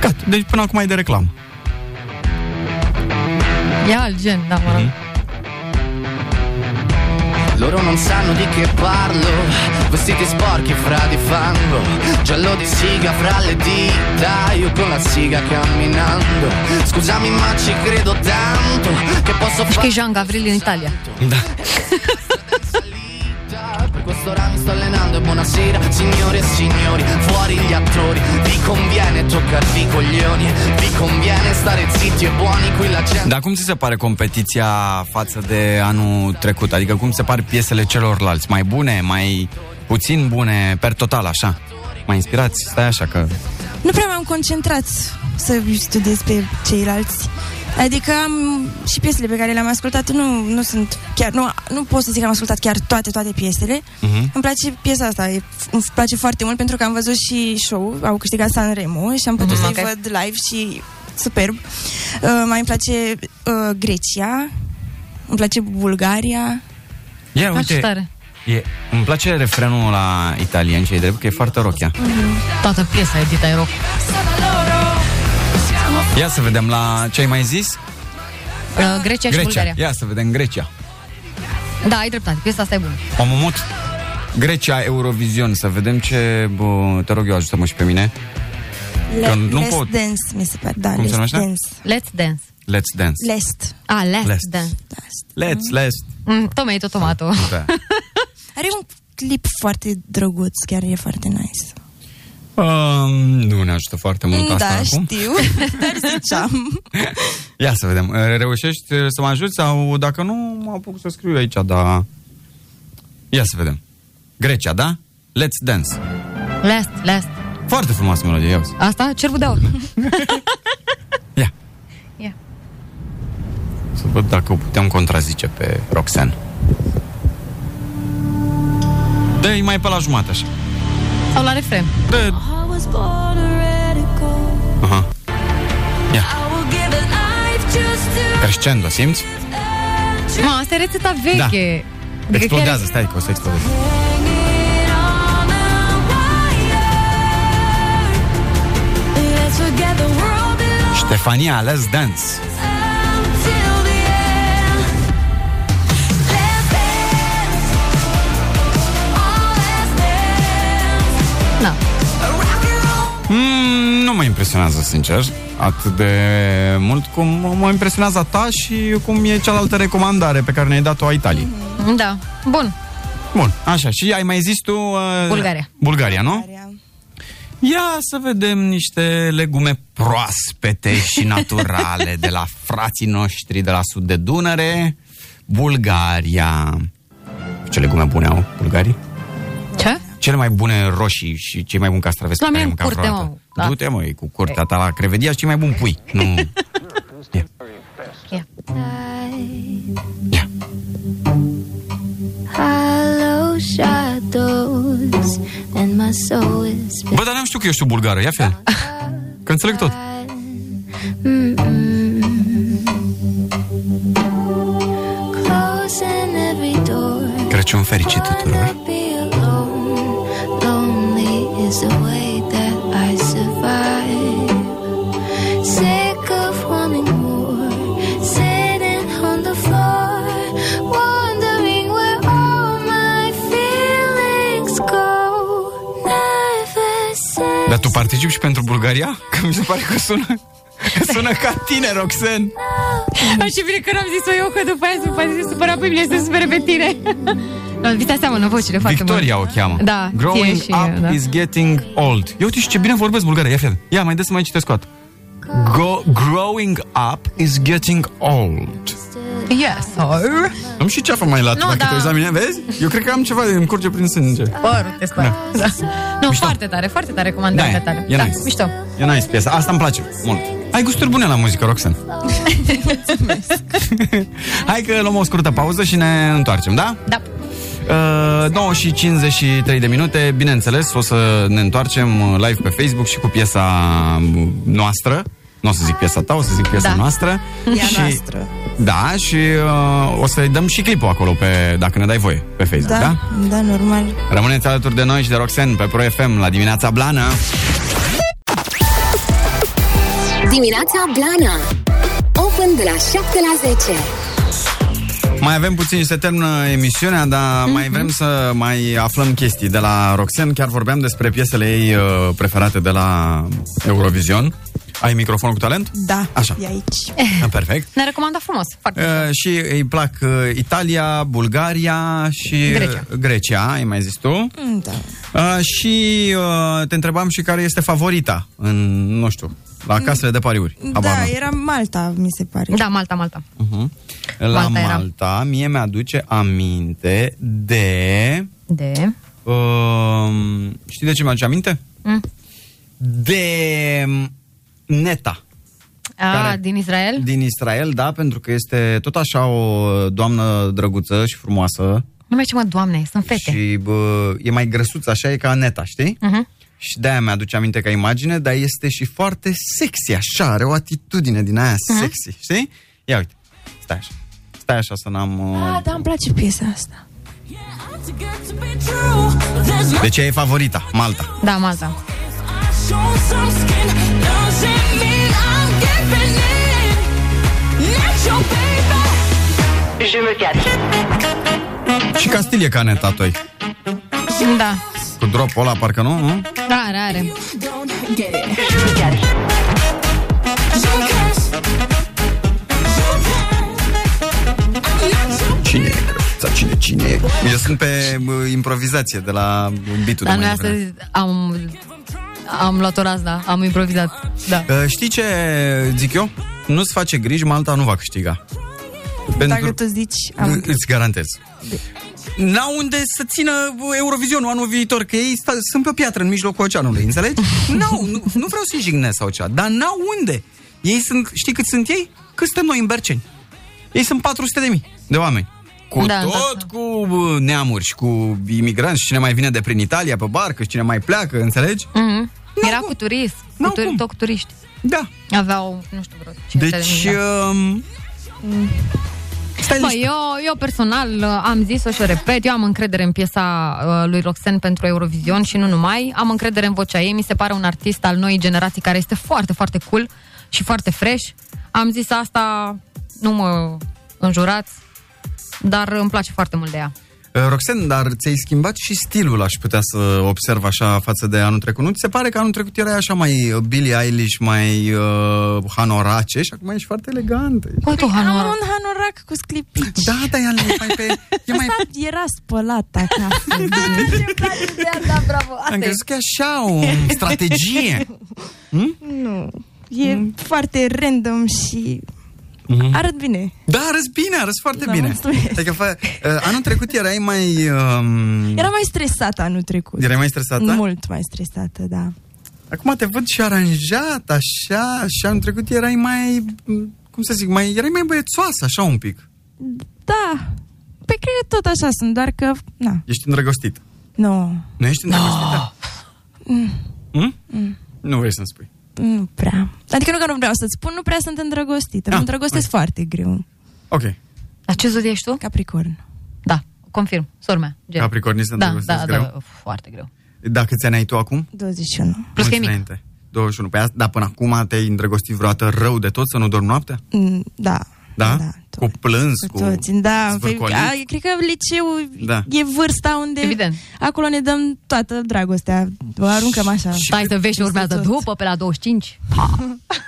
Speaker 3: Gata, deci până acum e de reclamă.
Speaker 4: E alt gen, da, mă
Speaker 3: Mhm.
Speaker 4: rog.
Speaker 1: Loro non sanno di che parlo Vestiti sporchi fra di fango Giallo di siga fra le dita Io con la siga camminando Scusami ma ci credo tanto Che posso
Speaker 4: Deci că e
Speaker 1: fare
Speaker 4: Jean Gavril în Italia.
Speaker 3: Da.
Speaker 1: Per questo ramo sto allenando e buonasera Signore e signori, fuori gli attori Vi conviene toccarvi i coglioni Vi conviene stare zitti e buoni Qui la gente
Speaker 3: Dar cum ți se pare competiția față de anul trecut? Adică cum se par piesele celorlalți? Mai bune, mai puțin bune, per total, așa? Mai inspirați? Stai așa că...
Speaker 8: Nu prea m-am concentrat să studiez pe ceilalți. Adică am și piesele pe care le-am ascultat, nu, nu sunt chiar, nu, nu pot să zic că am ascultat chiar toate, toate piesele.
Speaker 15: Mhm.
Speaker 8: Îmi place piesa asta, e, îmi place foarte mult pentru că am văzut și show, au câștigat Sanremo și am putut
Speaker 15: Mhm.
Speaker 8: să-i
Speaker 15: Ok.
Speaker 8: văd live și superb. Uh, mai îmi place uh, Grecia, îmi place Bulgaria.
Speaker 3: Ia,
Speaker 8: Ah,
Speaker 3: uite,
Speaker 8: ce tare.
Speaker 3: E, îmi place refrenul la italian, ce drept, că e foarte rochea.
Speaker 4: Toată piesa e dita rock.
Speaker 3: Ia să vedem la ce ai mai zis?
Speaker 4: Uh, Grecia, și Bulgaria.
Speaker 3: Ia să vedem Grecia.
Speaker 4: Da, ai dreptate, piesa asta e bună.
Speaker 3: Am mut. Grecia Eurovision, să vedem ce... Bă, te rog eu, ajută-mă și pe mine.
Speaker 8: Le-
Speaker 3: Că nu
Speaker 8: Let's
Speaker 3: pot.
Speaker 8: Dance, mi se pare, da,
Speaker 3: Cum se
Speaker 8: Let's
Speaker 3: numește?
Speaker 8: Dance.
Speaker 4: Let's Dance.
Speaker 3: Let's dance.
Speaker 8: Lest.
Speaker 4: A, Let's,
Speaker 3: Let's.
Speaker 4: Dance.
Speaker 3: Let's, let's.
Speaker 4: Ah, da. Mm, tomato, tomato.
Speaker 8: [laughs]
Speaker 3: Da.
Speaker 8: Are un clip foarte drăguț, chiar e foarte nice.
Speaker 3: Um, nu ne ajută foarte mult asta
Speaker 8: da,
Speaker 16: [laughs]
Speaker 3: acum. [laughs]
Speaker 8: știu, dar ziceam.
Speaker 3: Ia să vedem. Uh, Reușești să mă ajut sau dacă nu, mă apuc să scriu eu aici, da. Ia să vedem. Grecia, da? Let's dance.
Speaker 4: Last, last.
Speaker 3: Foarte frumoasă melodie, ia uzi.
Speaker 4: Asta? Cerbul de aur.
Speaker 3: [laughs] Să văd dacă o putem contrazice pe Roxanne. Dă-i mai pe la jumătate așa.
Speaker 4: Sau la refren.
Speaker 3: Dă. Aha. Crescendo, da, simți?
Speaker 4: Ma, asta e rețeta veche. Adică
Speaker 3: Da. Explodează, stai că o să explodeze. Ștefania, let's dance.
Speaker 4: Chiar... Da.
Speaker 3: Mm, nu mă impresionează, sincer, atât de mult cum mă impresionează a ta și cum e cealaltă recomandare pe care ne-ai dat-o a Italiei.
Speaker 4: Da. Bun.
Speaker 3: Bun, așa, și ai mai zis tu... Uh,
Speaker 4: Bulgaria.
Speaker 3: Bulgaria, nu? Ia să vedem niște legume proaspete
Speaker 4: [laughs]
Speaker 3: și naturale de la frații noștri de la sud de Dunăre, Bulgaria. Ce legume bune au bulgarii?
Speaker 4: Ce?
Speaker 3: Cele mai bune roșii și cei mai buni castraveți
Speaker 4: La
Speaker 3: pe care
Speaker 4: mine
Speaker 3: am
Speaker 4: în curte,
Speaker 3: mâncat vreodată.
Speaker 4: mă, da.
Speaker 3: Du-te, mă, e cu curtea ta la crevedia și cei mai buni pui.
Speaker 4: [laughs]
Speaker 3: Nu.
Speaker 16: Hollow shadows and my soul is
Speaker 3: Bă, dar n-am știut că ești tu bulgară, ia fel. Că înțeleg tot.
Speaker 16: closing every door.
Speaker 3: Crăciun fericit tuturor.
Speaker 16: Be alone. Lonely is the way that I survive. Sick of wanting more. Sitting on the floor, wondering where all my feelings go. Never say.
Speaker 3: Dar tu participi și pentru Bulgaria? Că mi se pare că sună, [laughs] că sună ca tine, Roxen.
Speaker 4: [laughs] Așa bine că n-am zis-o eu, că după aia se poate se supăra pe mine și se supere pe tine. La Vita seamănă vocile foarte mult.
Speaker 3: Victoria o cheamă.
Speaker 4: Da,
Speaker 3: Growing
Speaker 4: ție și,
Speaker 3: up
Speaker 4: da.
Speaker 3: is getting old. Eu uite și ce bine vorbesc bulgară. Ia, fii atent. Ia, mai des să mai citesc o dată. Go, growing up is getting old.
Speaker 4: Yes, sir.
Speaker 3: Am și ceafă mai lată,
Speaker 4: Nu,
Speaker 3: dacă
Speaker 4: da.
Speaker 3: te uiți la mine, vezi? Eu cred că am ceva, îmi curge prin sânge.
Speaker 4: Părul te scoate. Da. Nu, foarte tare, foarte tare
Speaker 3: Da,
Speaker 4: comandarea
Speaker 3: e.
Speaker 4: tale.
Speaker 3: E
Speaker 4: da,
Speaker 3: nice.
Speaker 4: mișto.
Speaker 3: E nice piesa, asta îmi place mult. Ai gusturi bune la muzică,
Speaker 4: [laughs]
Speaker 3: [laughs] Roxan. Hai că luăm o scurtă pauză și ne întoarcem, da?
Speaker 4: Da.
Speaker 3: Uh, 9 și 53 de minute, bineînțeles, o să ne întoarcem uh, live pe Facebook și cu piesa uh, noastră. Nu o să zic piesa ta, o să zic piesa
Speaker 8: Da.
Speaker 3: noastră.
Speaker 8: E a noastră.
Speaker 3: Da, și uh, o să-i dăm și clipul acolo, pe, dacă ne dai voie, pe Facebook, da?
Speaker 8: Da,
Speaker 3: da?
Speaker 8: da, normal.
Speaker 3: Rămâneți alături de noi și de Roxen pe Pro FM la dimineața blană.
Speaker 2: Dimineața Blana Open de la 7 la 10
Speaker 3: Mai avem puțin și se termină emisiunea, dar mm-hmm. mai
Speaker 8: Mhm.
Speaker 3: vrem să mai aflăm chestii de la Roxen. Chiar vorbeam despre piesele ei uh, preferate de la Eurovision. Ai microfonul cu talent?
Speaker 8: Da,
Speaker 3: Așa.
Speaker 8: e aici.
Speaker 3: Ah, Perfect.
Speaker 4: Ne-a recomandat frumos. Foarte.
Speaker 3: Uh, și îi plac uh, Italia, Bulgaria și uh,
Speaker 4: Grecia.
Speaker 3: Grecia ai mai zis tu.
Speaker 8: Mm, Da.
Speaker 3: Uh, și uh, te întrebam și care este favorita în, nu știu, la casele de pariuri. Habar
Speaker 8: Da,
Speaker 3: n-am.
Speaker 8: era Malta, mi se pare.
Speaker 4: Da, Malta, Malta.
Speaker 3: Mhm. La
Speaker 4: Malta era.
Speaker 3: Malta, mie mi-aduce aminte de...
Speaker 4: De...
Speaker 3: Um, știi de ce mi-aduce aminte?
Speaker 4: Mm.
Speaker 3: De um, Neta
Speaker 4: A,
Speaker 3: Care?
Speaker 4: din Israel?
Speaker 3: din Israel, da, pentru că este tot așa o doamnă drăguță și frumoasă
Speaker 4: Nu mai știu, mă, doamne, sunt fete.
Speaker 3: și bă, e mai grăsuță, așa e ca Neta, știi?
Speaker 4: Mhm.
Speaker 3: Și de-aia mi-aduce aminte ca imagine, dar este și foarte sexy, așa, are o atitudine din aia
Speaker 8: Mhm.
Speaker 3: sexy, știi? Ia uite, stai așa, stai așa să n-am... uh,
Speaker 8: Ah, da, îmi place piesa asta.
Speaker 3: Deci ea e favorita, Malta.
Speaker 4: Da, Malta.
Speaker 17: Je me cache.
Speaker 3: Și Castilie ca netatoi.
Speaker 4: Da,
Speaker 3: Cu dropul ăla, parcă nu? Mhm. nu?
Speaker 4: are, are.
Speaker 3: Cine e? Sau cine, cine e? Eu sunt pe bă, improvizație de la bitul
Speaker 4: Dar
Speaker 3: de
Speaker 4: noi
Speaker 3: mai devreme.
Speaker 4: astăzi am, am luat o razna, am improvizat. Da.
Speaker 3: Că Știi ce zic eu? Nu-ți face griji, Malta nu va câștiga.
Speaker 8: Dacă tu zici, am
Speaker 3: Î- Îți garantez. N-au unde să țină Eurovizionul anul viitor, că ei sta, sunt pe o piatră în mijlocul oceanului, înțelegi? N-au, nu, nu vreau să-i jignesc sau cea, dar n-au unde. Ei sunt, știi cât sunt ei? Cât suntem noi în Berceni. Ei sunt 400 de mii de oameni. Cu
Speaker 4: Da,
Speaker 3: da,
Speaker 4: da,
Speaker 3: tot da. cu bă, neamuri și cu imigranți și cine mai vine de prin Italia pe barcă și cine mai pleacă, înțelegi?
Speaker 4: Mhm. Era cu turist, cu tur- tot cu turiști.
Speaker 3: Da.
Speaker 4: Aveau, nu știu, vreo 500
Speaker 3: Deci... uh,
Speaker 4: de mii, da.
Speaker 3: Um,
Speaker 4: Bă, eu, eu personal uh, am zis-o și o repet, eu am încredere în piesa uh, lui Roxen pentru Eurovision și nu numai, am încredere în vocea ei, mi se pare un artist al noii generații care este foarte, foarte cool și foarte fresh. Am zis asta, nu mă înjurați, dar îmi place foarte mult de ea.
Speaker 3: Uh, Roxen, dar ți-ai schimbat și stilul, aș putea să observ așa față de anul trecut. Nu ți se pare că anul trecut erai așa mai uh, Billie Eilish, mai uh, hanorace și acum ești foarte elegantă.
Speaker 4: Bă, tu,
Speaker 8: Păi, am
Speaker 4: Hanora.
Speaker 8: un hanorac cu sclipici.
Speaker 3: Da, da, e mai pe... E
Speaker 8: [laughs]
Speaker 3: mai...
Speaker 8: era spălat acasă.
Speaker 4: da, bravo.
Speaker 3: Am
Speaker 4: Asta
Speaker 8: e.
Speaker 3: crezut că e așa o strategie.
Speaker 8: Nu. E foarte random și
Speaker 3: Mhm.
Speaker 8: arăt bine.
Speaker 3: Da, arăți bine, arăți foarte
Speaker 8: Da,
Speaker 3: bine.
Speaker 8: mulțumesc.
Speaker 3: Adică, fă, uh, anul trecut erai mai... Um,
Speaker 8: Era mai stresată anul trecut.
Speaker 3: Erai mai stresată?
Speaker 8: Mult mai stresată, da.
Speaker 3: Acum te văd și aranjat, așa, și anul trecut erai mai... mm, Cum să zic, mai, erai mai băiețoasă, așa un pic.
Speaker 8: Da. Pe cred că tot așa sunt, doar că... Na,
Speaker 3: Ești îndrăgostit.
Speaker 8: nu.
Speaker 3: Nu ești îndrăgostită?
Speaker 8: Mm,
Speaker 3: Hmm?
Speaker 8: mm,
Speaker 3: Nu vrei să-mi spui.
Speaker 8: Nu prea. Adică nu că nu vreau să-ți spun, nu prea sunt îndrăgostită. Mă
Speaker 4: Ah,
Speaker 8: îndrăgostesc foarte greu.
Speaker 3: Ok.
Speaker 4: Dar ce zodie ești tu?
Speaker 8: Capricorn.
Speaker 4: Da, confirm, sora mea. Gen.
Speaker 3: Capricornii se
Speaker 4: da,
Speaker 3: îndrăgostesc
Speaker 4: da,
Speaker 3: greu?
Speaker 4: da, foarte greu.
Speaker 3: Dacă ți ai tu acum?
Speaker 8: 21.
Speaker 4: Plus că
Speaker 3: Mulți
Speaker 4: e mic.
Speaker 3: înainte. 21. Păi, asta- dar până acum te-ai îndrăgostit vreodată rău de tot să nu dormi noaptea?
Speaker 8: Mm, Da.
Speaker 3: Da? cu plâns, cu...
Speaker 8: Toți, [laughs] da, păi,
Speaker 3: zvârcolit?
Speaker 8: a, cred că liceul
Speaker 3: Da.
Speaker 8: e vârsta unde
Speaker 4: Evident.
Speaker 8: acolo ne dăm toată dragostea, o aruncăm așa.
Speaker 4: Stai să vezi ce urmează după, pe la 25.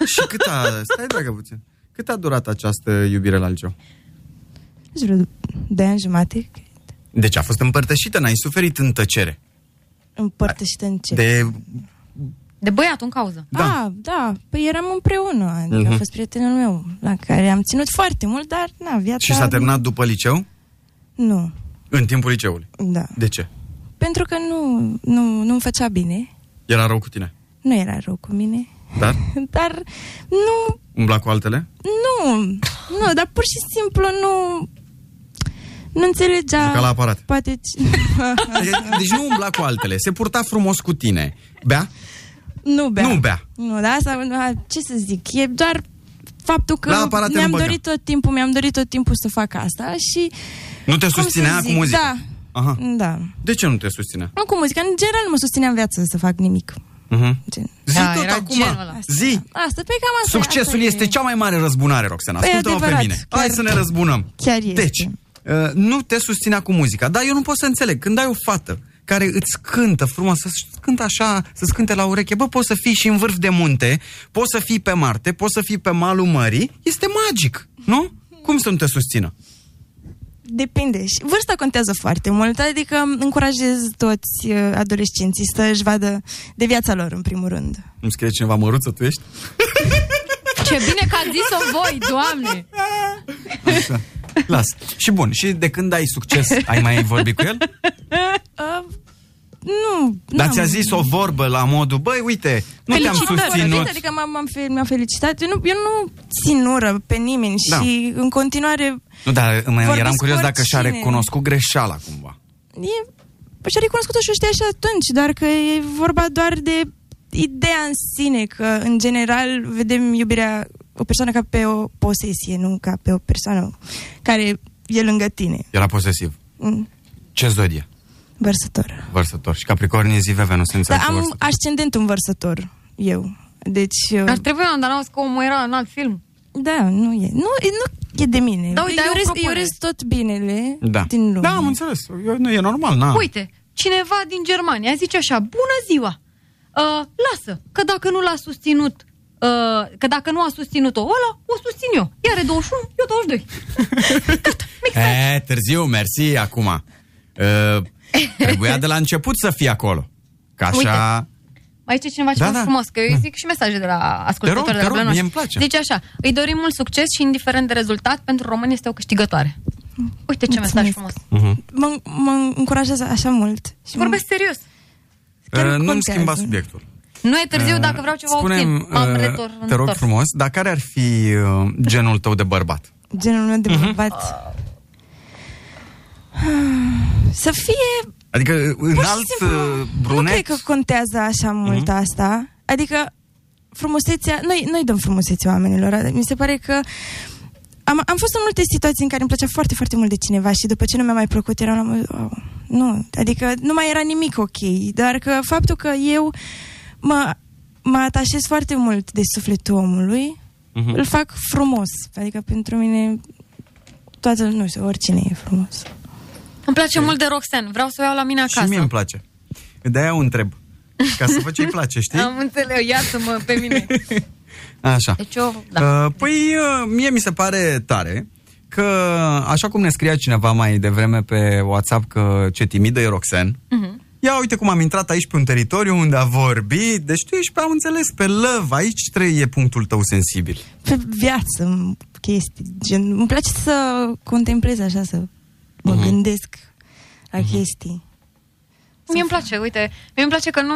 Speaker 3: Și cât a... Stai, dragă, puțin. Cât a durat această iubire la Algeu?
Speaker 8: Jurul de ani jumate.
Speaker 3: Deci a fost împărtășită, n-ai suferit în tăcere.
Speaker 8: Împărtășită în ce?
Speaker 3: De...
Speaker 4: De băiatul în cauză.
Speaker 8: Da. Ah, da, păi eram împreună, adică
Speaker 3: Mhm.
Speaker 8: a fost prietenul meu, la care am ținut foarte mult, dar na, viața...
Speaker 3: Și s-a terminat după liceu?
Speaker 8: Nu,
Speaker 3: În timpul liceului.
Speaker 8: da.
Speaker 3: De ce?
Speaker 8: Pentru că nu, nu, nu-mi făcea bine,
Speaker 3: Era rău cu tine.
Speaker 8: nu era rău cu mine,
Speaker 3: Dar
Speaker 8: [laughs] dar nu,
Speaker 3: umbla cu altele?
Speaker 8: nu, nu, dar pur și simplu nu, nu înțelegea...
Speaker 3: Juca la aparat.
Speaker 8: Poate... ci- [laughs]
Speaker 3: Adică, Deci nu umbla cu altele, se purta frumos cu tine. Bea?
Speaker 8: Nu bea.
Speaker 3: Nu bea.
Speaker 8: Nu, dar asta, a, ce să zic, e doar faptul că
Speaker 3: La aparate
Speaker 8: mi-am
Speaker 3: nu băga.
Speaker 8: dorit tot timpul, mi-am dorit tot timpul să fac asta și...
Speaker 3: Nu te
Speaker 8: cum
Speaker 3: susținea
Speaker 8: să
Speaker 3: cu
Speaker 8: zic,
Speaker 3: muzica?
Speaker 8: Da,
Speaker 3: Aha.
Speaker 8: da.
Speaker 3: De ce nu te susținea?
Speaker 8: Nu cu muzica, în general nu mă susținea în viață să fac nimic.
Speaker 3: Uh-huh.
Speaker 8: Gen.
Speaker 3: Zi
Speaker 8: Da,
Speaker 3: tot
Speaker 8: era
Speaker 3: acum.
Speaker 8: genul ăla.
Speaker 3: Zi.
Speaker 8: Asta, pe cam asta
Speaker 3: Succesul
Speaker 8: asta e.
Speaker 3: este cea mai mare răzbunare, Roxana.
Speaker 8: Păi,
Speaker 3: Ascultă-mă pe
Speaker 8: adevărat,
Speaker 3: mine.
Speaker 8: chiar-
Speaker 3: Hai să ne răzbunăm.
Speaker 8: Chiar este.
Speaker 3: Deci, uh, nu te susținea cu muzica, dar eu nu pot să înțeleg. Când ai o fată care îți cântă frumos, să-ți cântă așa, să-ți cânte la ureche, bă, poți să fii și în vârf de munte, poți să fii pe Marte, poți să fii pe malul mării, este magic, nu? Cum să nu te susțină?
Speaker 8: Depinde. Și vârsta contează foarte mult, adică încurajez toți uh, adolescenții să își vadă de viața lor, în primul rând.
Speaker 3: Îmi scrie cineva, măruță, tu ești?
Speaker 4: Ce bine că ați zis-o voi, doamne!
Speaker 3: Eh. Așa. [laughs] Las. Și bun, și de când ai succes, ai mai vorbit cu el?
Speaker 8: Uh, nu.
Speaker 3: Dar
Speaker 8: n-am-
Speaker 3: ți-a zis o vorbă la modul, băi, uite, nu te-am
Speaker 8: Felicitări.
Speaker 3: susținut.
Speaker 8: Adică m-am, m-am, fe- m-am felicitat. Eu nu, eu nu țin ură pe nimeni
Speaker 3: Da.
Speaker 8: și în continuare
Speaker 3: Nu, da. dar mă,
Speaker 8: Vorbiți
Speaker 3: eram
Speaker 8: cu
Speaker 3: curios dacă și-a
Speaker 8: oricine.
Speaker 3: recunoscut greșeala cumva.
Speaker 8: e, și-a recunoscut-o și o știa și atunci, doar că e vorba doar de ideea în sine, că în general vedem iubirea o persoană ca pe o posesie, nu ca pe o persoană care e lângă tine.
Speaker 3: Era posesiv.
Speaker 8: Mm,
Speaker 3: Ce zodie?
Speaker 8: Vărsător.
Speaker 3: Vărsător. Și Capricorn e zi Venus, să
Speaker 8: Dar
Speaker 3: înțelegi
Speaker 8: Da, am
Speaker 3: vărsător.
Speaker 8: ascendentul un vărsător, eu. Deci...
Speaker 4: Ar trebui, dar n-am că omul era în alt film.
Speaker 8: Da, nu e. Nu, e- nu e de mine.
Speaker 4: Da, uite, ai
Speaker 8: eu,
Speaker 4: o
Speaker 8: urez, eu
Speaker 4: propunere.
Speaker 8: urez tot binele
Speaker 3: Da.
Speaker 8: din lume.
Speaker 3: Da, am înțeles. Eu, nu, e normal, na.
Speaker 4: Uite, cineva din Germania zice așa, bună ziua, uh, lasă, că dacă nu l-a susținut, uh, că dacă nu a susținut-o ăla, o susțin eu. Ea are 21, eu 22.
Speaker 3: E, târziu, mersi, acum. Uh, trebuia de la început să fie acolo. Ca așa...
Speaker 4: Mai zice cineva
Speaker 3: Da,
Speaker 4: ceva
Speaker 3: da,
Speaker 4: frumos, că eu îi zic și mesaje de la ascultători
Speaker 3: Te rog,
Speaker 4: de la
Speaker 3: te rog,
Speaker 4: Blanoș.
Speaker 3: mie îmi place.
Speaker 4: Zice așa, îi dorim mult succes și indiferent de rezultat, pentru români este o câștigătoare. Uite ce mesaj frumos.
Speaker 3: Uh-huh.
Speaker 8: Mă, mă încurajează așa mult. Și
Speaker 4: Vorbesc serios.
Speaker 3: Uh, nu-mi
Speaker 8: contează.
Speaker 3: schimba subiectul.
Speaker 4: Nu e târziu
Speaker 3: Uh,
Speaker 4: dacă vreau ceva
Speaker 3: Spune-mi,
Speaker 4: obțin. M-am
Speaker 3: uh,
Speaker 4: retor,
Speaker 3: te rog
Speaker 4: întors.
Speaker 3: frumos, dar care ar fi uh, genul tău de bărbat?
Speaker 8: Genul meu de
Speaker 3: Mhm.
Speaker 8: bărbat.
Speaker 4: Ah.
Speaker 8: Ah. Să fie...
Speaker 3: Adică uh,
Speaker 8: Pur și
Speaker 3: înalt,
Speaker 8: simplu,
Speaker 3: uh,
Speaker 8: Nu cred
Speaker 3: brunet?
Speaker 8: că contează așa mult
Speaker 3: Mhm.
Speaker 8: asta. Adică frumusețea... Noi, noi dăm frumusețe oamenilor. Mi se pare că... Am, am fost în multe situații în care îmi plăcea foarte, foarte mult de cineva și după ce nu mi-a mai plăcut, eram la modul, "Oh, nu, adică nu mai era nimic ok, doar că faptul că eu mă, mă atașez foarte mult de sufletul omului,
Speaker 3: Mhm.
Speaker 8: îl fac frumos, adică pentru mine toată, nu știu, oricine e frumos.
Speaker 4: Îmi place mult de Roxanne, vreau să o iau la mine
Speaker 3: Și mie
Speaker 4: acasă.
Speaker 3: îmi place. De-aia o întreb. Ca să văd ce-i place, știi?
Speaker 4: Am înțeles, iartă-mă pe mine.
Speaker 3: Așa.
Speaker 4: Deci eu, da.
Speaker 3: Da. Păi, uh, mie mi se pare tare că, așa cum ne scria cineva mai devreme pe WhatsApp că ce timidă e Roxanne, ia uite cum am intrat aici pe un teritoriu unde a vorbit, deci tu ești pe am înțeles, pe love, aici trei e punctul tău sensibil.
Speaker 8: Pe viață, m- chestii, gen, îmi place să contemplez așa, să mă
Speaker 3: Mhm.
Speaker 8: gândesc la chestii.
Speaker 4: Mie îmi place, uite, mie îmi place că nu...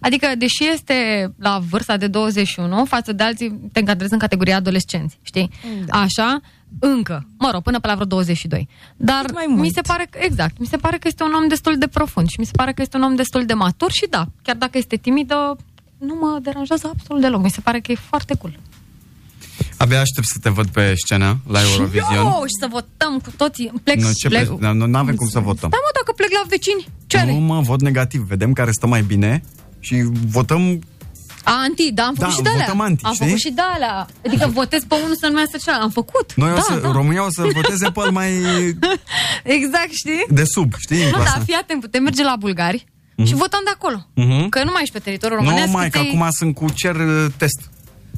Speaker 4: Adică, deși este la vârsta de 21, față de alții te încadrezi în categoria adolescenți, știi? Da. Așa, încă. Mă rog, până pe la vreo 22. Dar mi se pare că, exact, mi se pare că este un om destul de profund și mi se pare că este un om destul de matur și da, chiar dacă este timidă, nu mă deranjează absolut deloc. Mi se pare că e foarte cool.
Speaker 3: Abia aștept să te văd pe scenă la Eurovision.
Speaker 4: Eu, și să votăm cu toții. Plec,
Speaker 3: Nu, ce
Speaker 4: plec.
Speaker 3: pe, nu nu avem cum să votăm.
Speaker 4: Da, mă, dacă plec la vecini, ce
Speaker 3: Nu
Speaker 4: are?
Speaker 3: mă, vot negativ. Vedem care stă mai bine și votăm
Speaker 4: Anti, da, am făcut
Speaker 3: Da,
Speaker 4: și de alea.
Speaker 3: votăm anti,
Speaker 4: am
Speaker 3: știi?
Speaker 4: făcut și de alea. Adică votez pe unul să nu mai iasă cealaltă. Am făcut.
Speaker 3: Noi
Speaker 4: da,
Speaker 3: o să,
Speaker 4: da.
Speaker 3: România o să voteze pe al mai
Speaker 4: Exact, știi?
Speaker 3: de sub, știi? în
Speaker 4: Nu,
Speaker 3: clasa.
Speaker 4: dar fii atent, putem merge la bulgari
Speaker 3: Da, Mhm.
Speaker 4: și votăm de acolo.
Speaker 3: Mhm.
Speaker 4: Că nu mai ești pe teritoriul
Speaker 3: Nu
Speaker 4: românesc.
Speaker 3: mai, că
Speaker 4: ți-ai-
Speaker 3: acum sunt cu cer uh, test.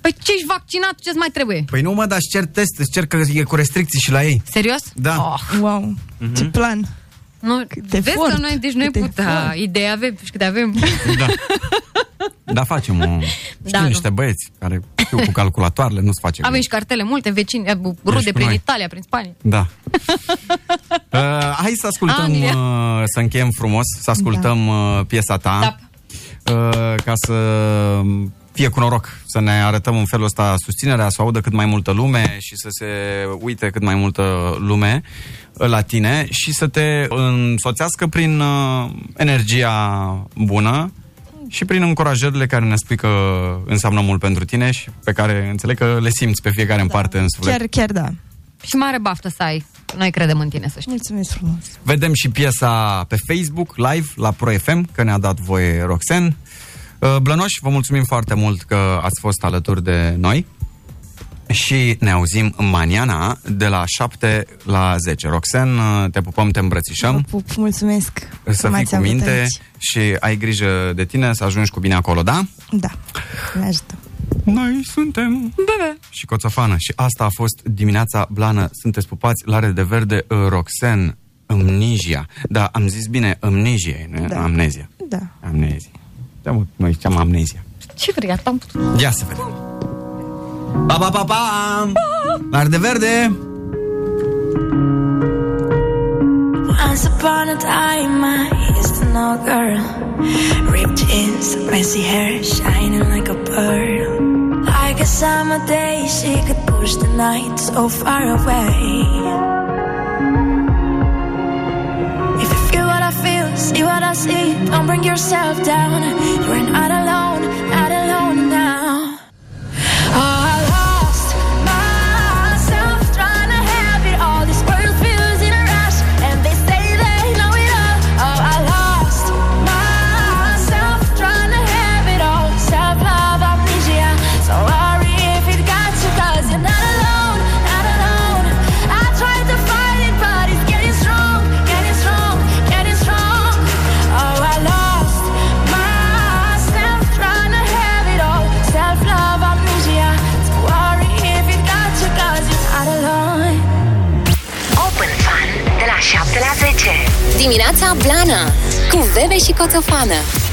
Speaker 4: Păi ce-și vaccinat, ce-ți mai trebuie?
Speaker 3: Păi nu mă, dar își cer test, își cer că e cu restricții și la ei.
Speaker 4: Serios?
Speaker 3: Da.
Speaker 4: Oh.
Speaker 18: Wow,
Speaker 3: Mhm.
Speaker 18: ce plan.
Speaker 4: Nu,
Speaker 18: de
Speaker 4: vezi
Speaker 18: fort,
Speaker 4: că noi, deci noi
Speaker 18: cât de
Speaker 4: putea,
Speaker 18: fort.
Speaker 4: idei avem și câte
Speaker 3: [laughs]
Speaker 4: avem.
Speaker 3: Da.
Speaker 4: [laughs]
Speaker 3: Dar facem o...
Speaker 4: Da,
Speaker 3: Știu
Speaker 4: nu.
Speaker 3: niște băieți care știu cu calculatoarele, nu-ți face
Speaker 4: avem
Speaker 3: greu.
Speaker 4: și cartele multe, vecini, eh, bu- rude
Speaker 3: cu
Speaker 4: prin
Speaker 3: Deci noi.
Speaker 4: Italia, prin Spania.
Speaker 3: Da. [laughs] uh, hai să ascultăm,
Speaker 4: Anglia.
Speaker 3: uh, să încheiem frumos, să ascultăm uh, piesa ta. Da. Uh, ca să fie cu noroc, să ne arătăm în felul ăsta susținerea, să o audă cât mai multă lume și să se uite cât mai multă lume uh, la tine și să te însoțească prin uh, energia bună și prin încurajările care ne spui că înseamnă mult pentru tine și pe care înțeleg că le simți pe fiecare în parte în suflet.
Speaker 18: Chiar, chiar da.
Speaker 4: Și mare baftă să ai. Noi credem în tine, să știi.
Speaker 18: Mulțumesc frumos.
Speaker 3: Vedem și piesa pe Facebook, live, la Pro FM, că ne-a dat voie Roxen. Uh, Blănoș, vă mulțumim foarte mult că ați fost alături de noi și ne auzim maniana de la 7 la 10. Roxen, uh, te pupăm, te îmbrățișăm,
Speaker 18: Pup, mulțumesc.
Speaker 3: să
Speaker 18: că
Speaker 3: fii
Speaker 18: m-ați
Speaker 3: cu
Speaker 18: avut
Speaker 3: minte
Speaker 18: aici.
Speaker 3: și ai grijă de tine, să ajungi cu bine acolo, da?
Speaker 18: Da, ne ajută.
Speaker 3: Noi suntem
Speaker 4: Bebe.
Speaker 3: și Coțofană. Și asta a fost dimineața blană. Sunteți pupați la Rede de Verde, uh, Roxen, Amnesia. Da, am zis bine, amnezie, nu da.
Speaker 18: Da.
Speaker 3: amnezia.
Speaker 18: Da.
Speaker 3: Amnezie. Da, mă, noi ziceam amnezia.
Speaker 4: Ce vrei, atât am putut.
Speaker 3: Ia să vedem. Pa, pa, pa, pa! La Rede de Verde!
Speaker 8: Once upon a time, I used to know a girl. Ripped jeans, messy hair, shining like a pearl. I guess someday she could push the night so far away. If you feel what I feel, see what I see, don't bring yourself down. You are not alone, not alone now. Oh, I lost myself trying to have it all. This world feels in a rush, and they say they know it all. Oh, I lost myself trying to have it all. Self love amnesia. So worry if it got you, cause you're not alone, not alone. I tried to fight it, but it's getting strong, getting strong, getting strong. Oh, I lost myself trying to have it all. Self love amnesia. So worry if it got you, cause you're not alone.
Speaker 2: Open Fun de la 7 la 10. Dimineața Blana cu Bebe și Coțofană.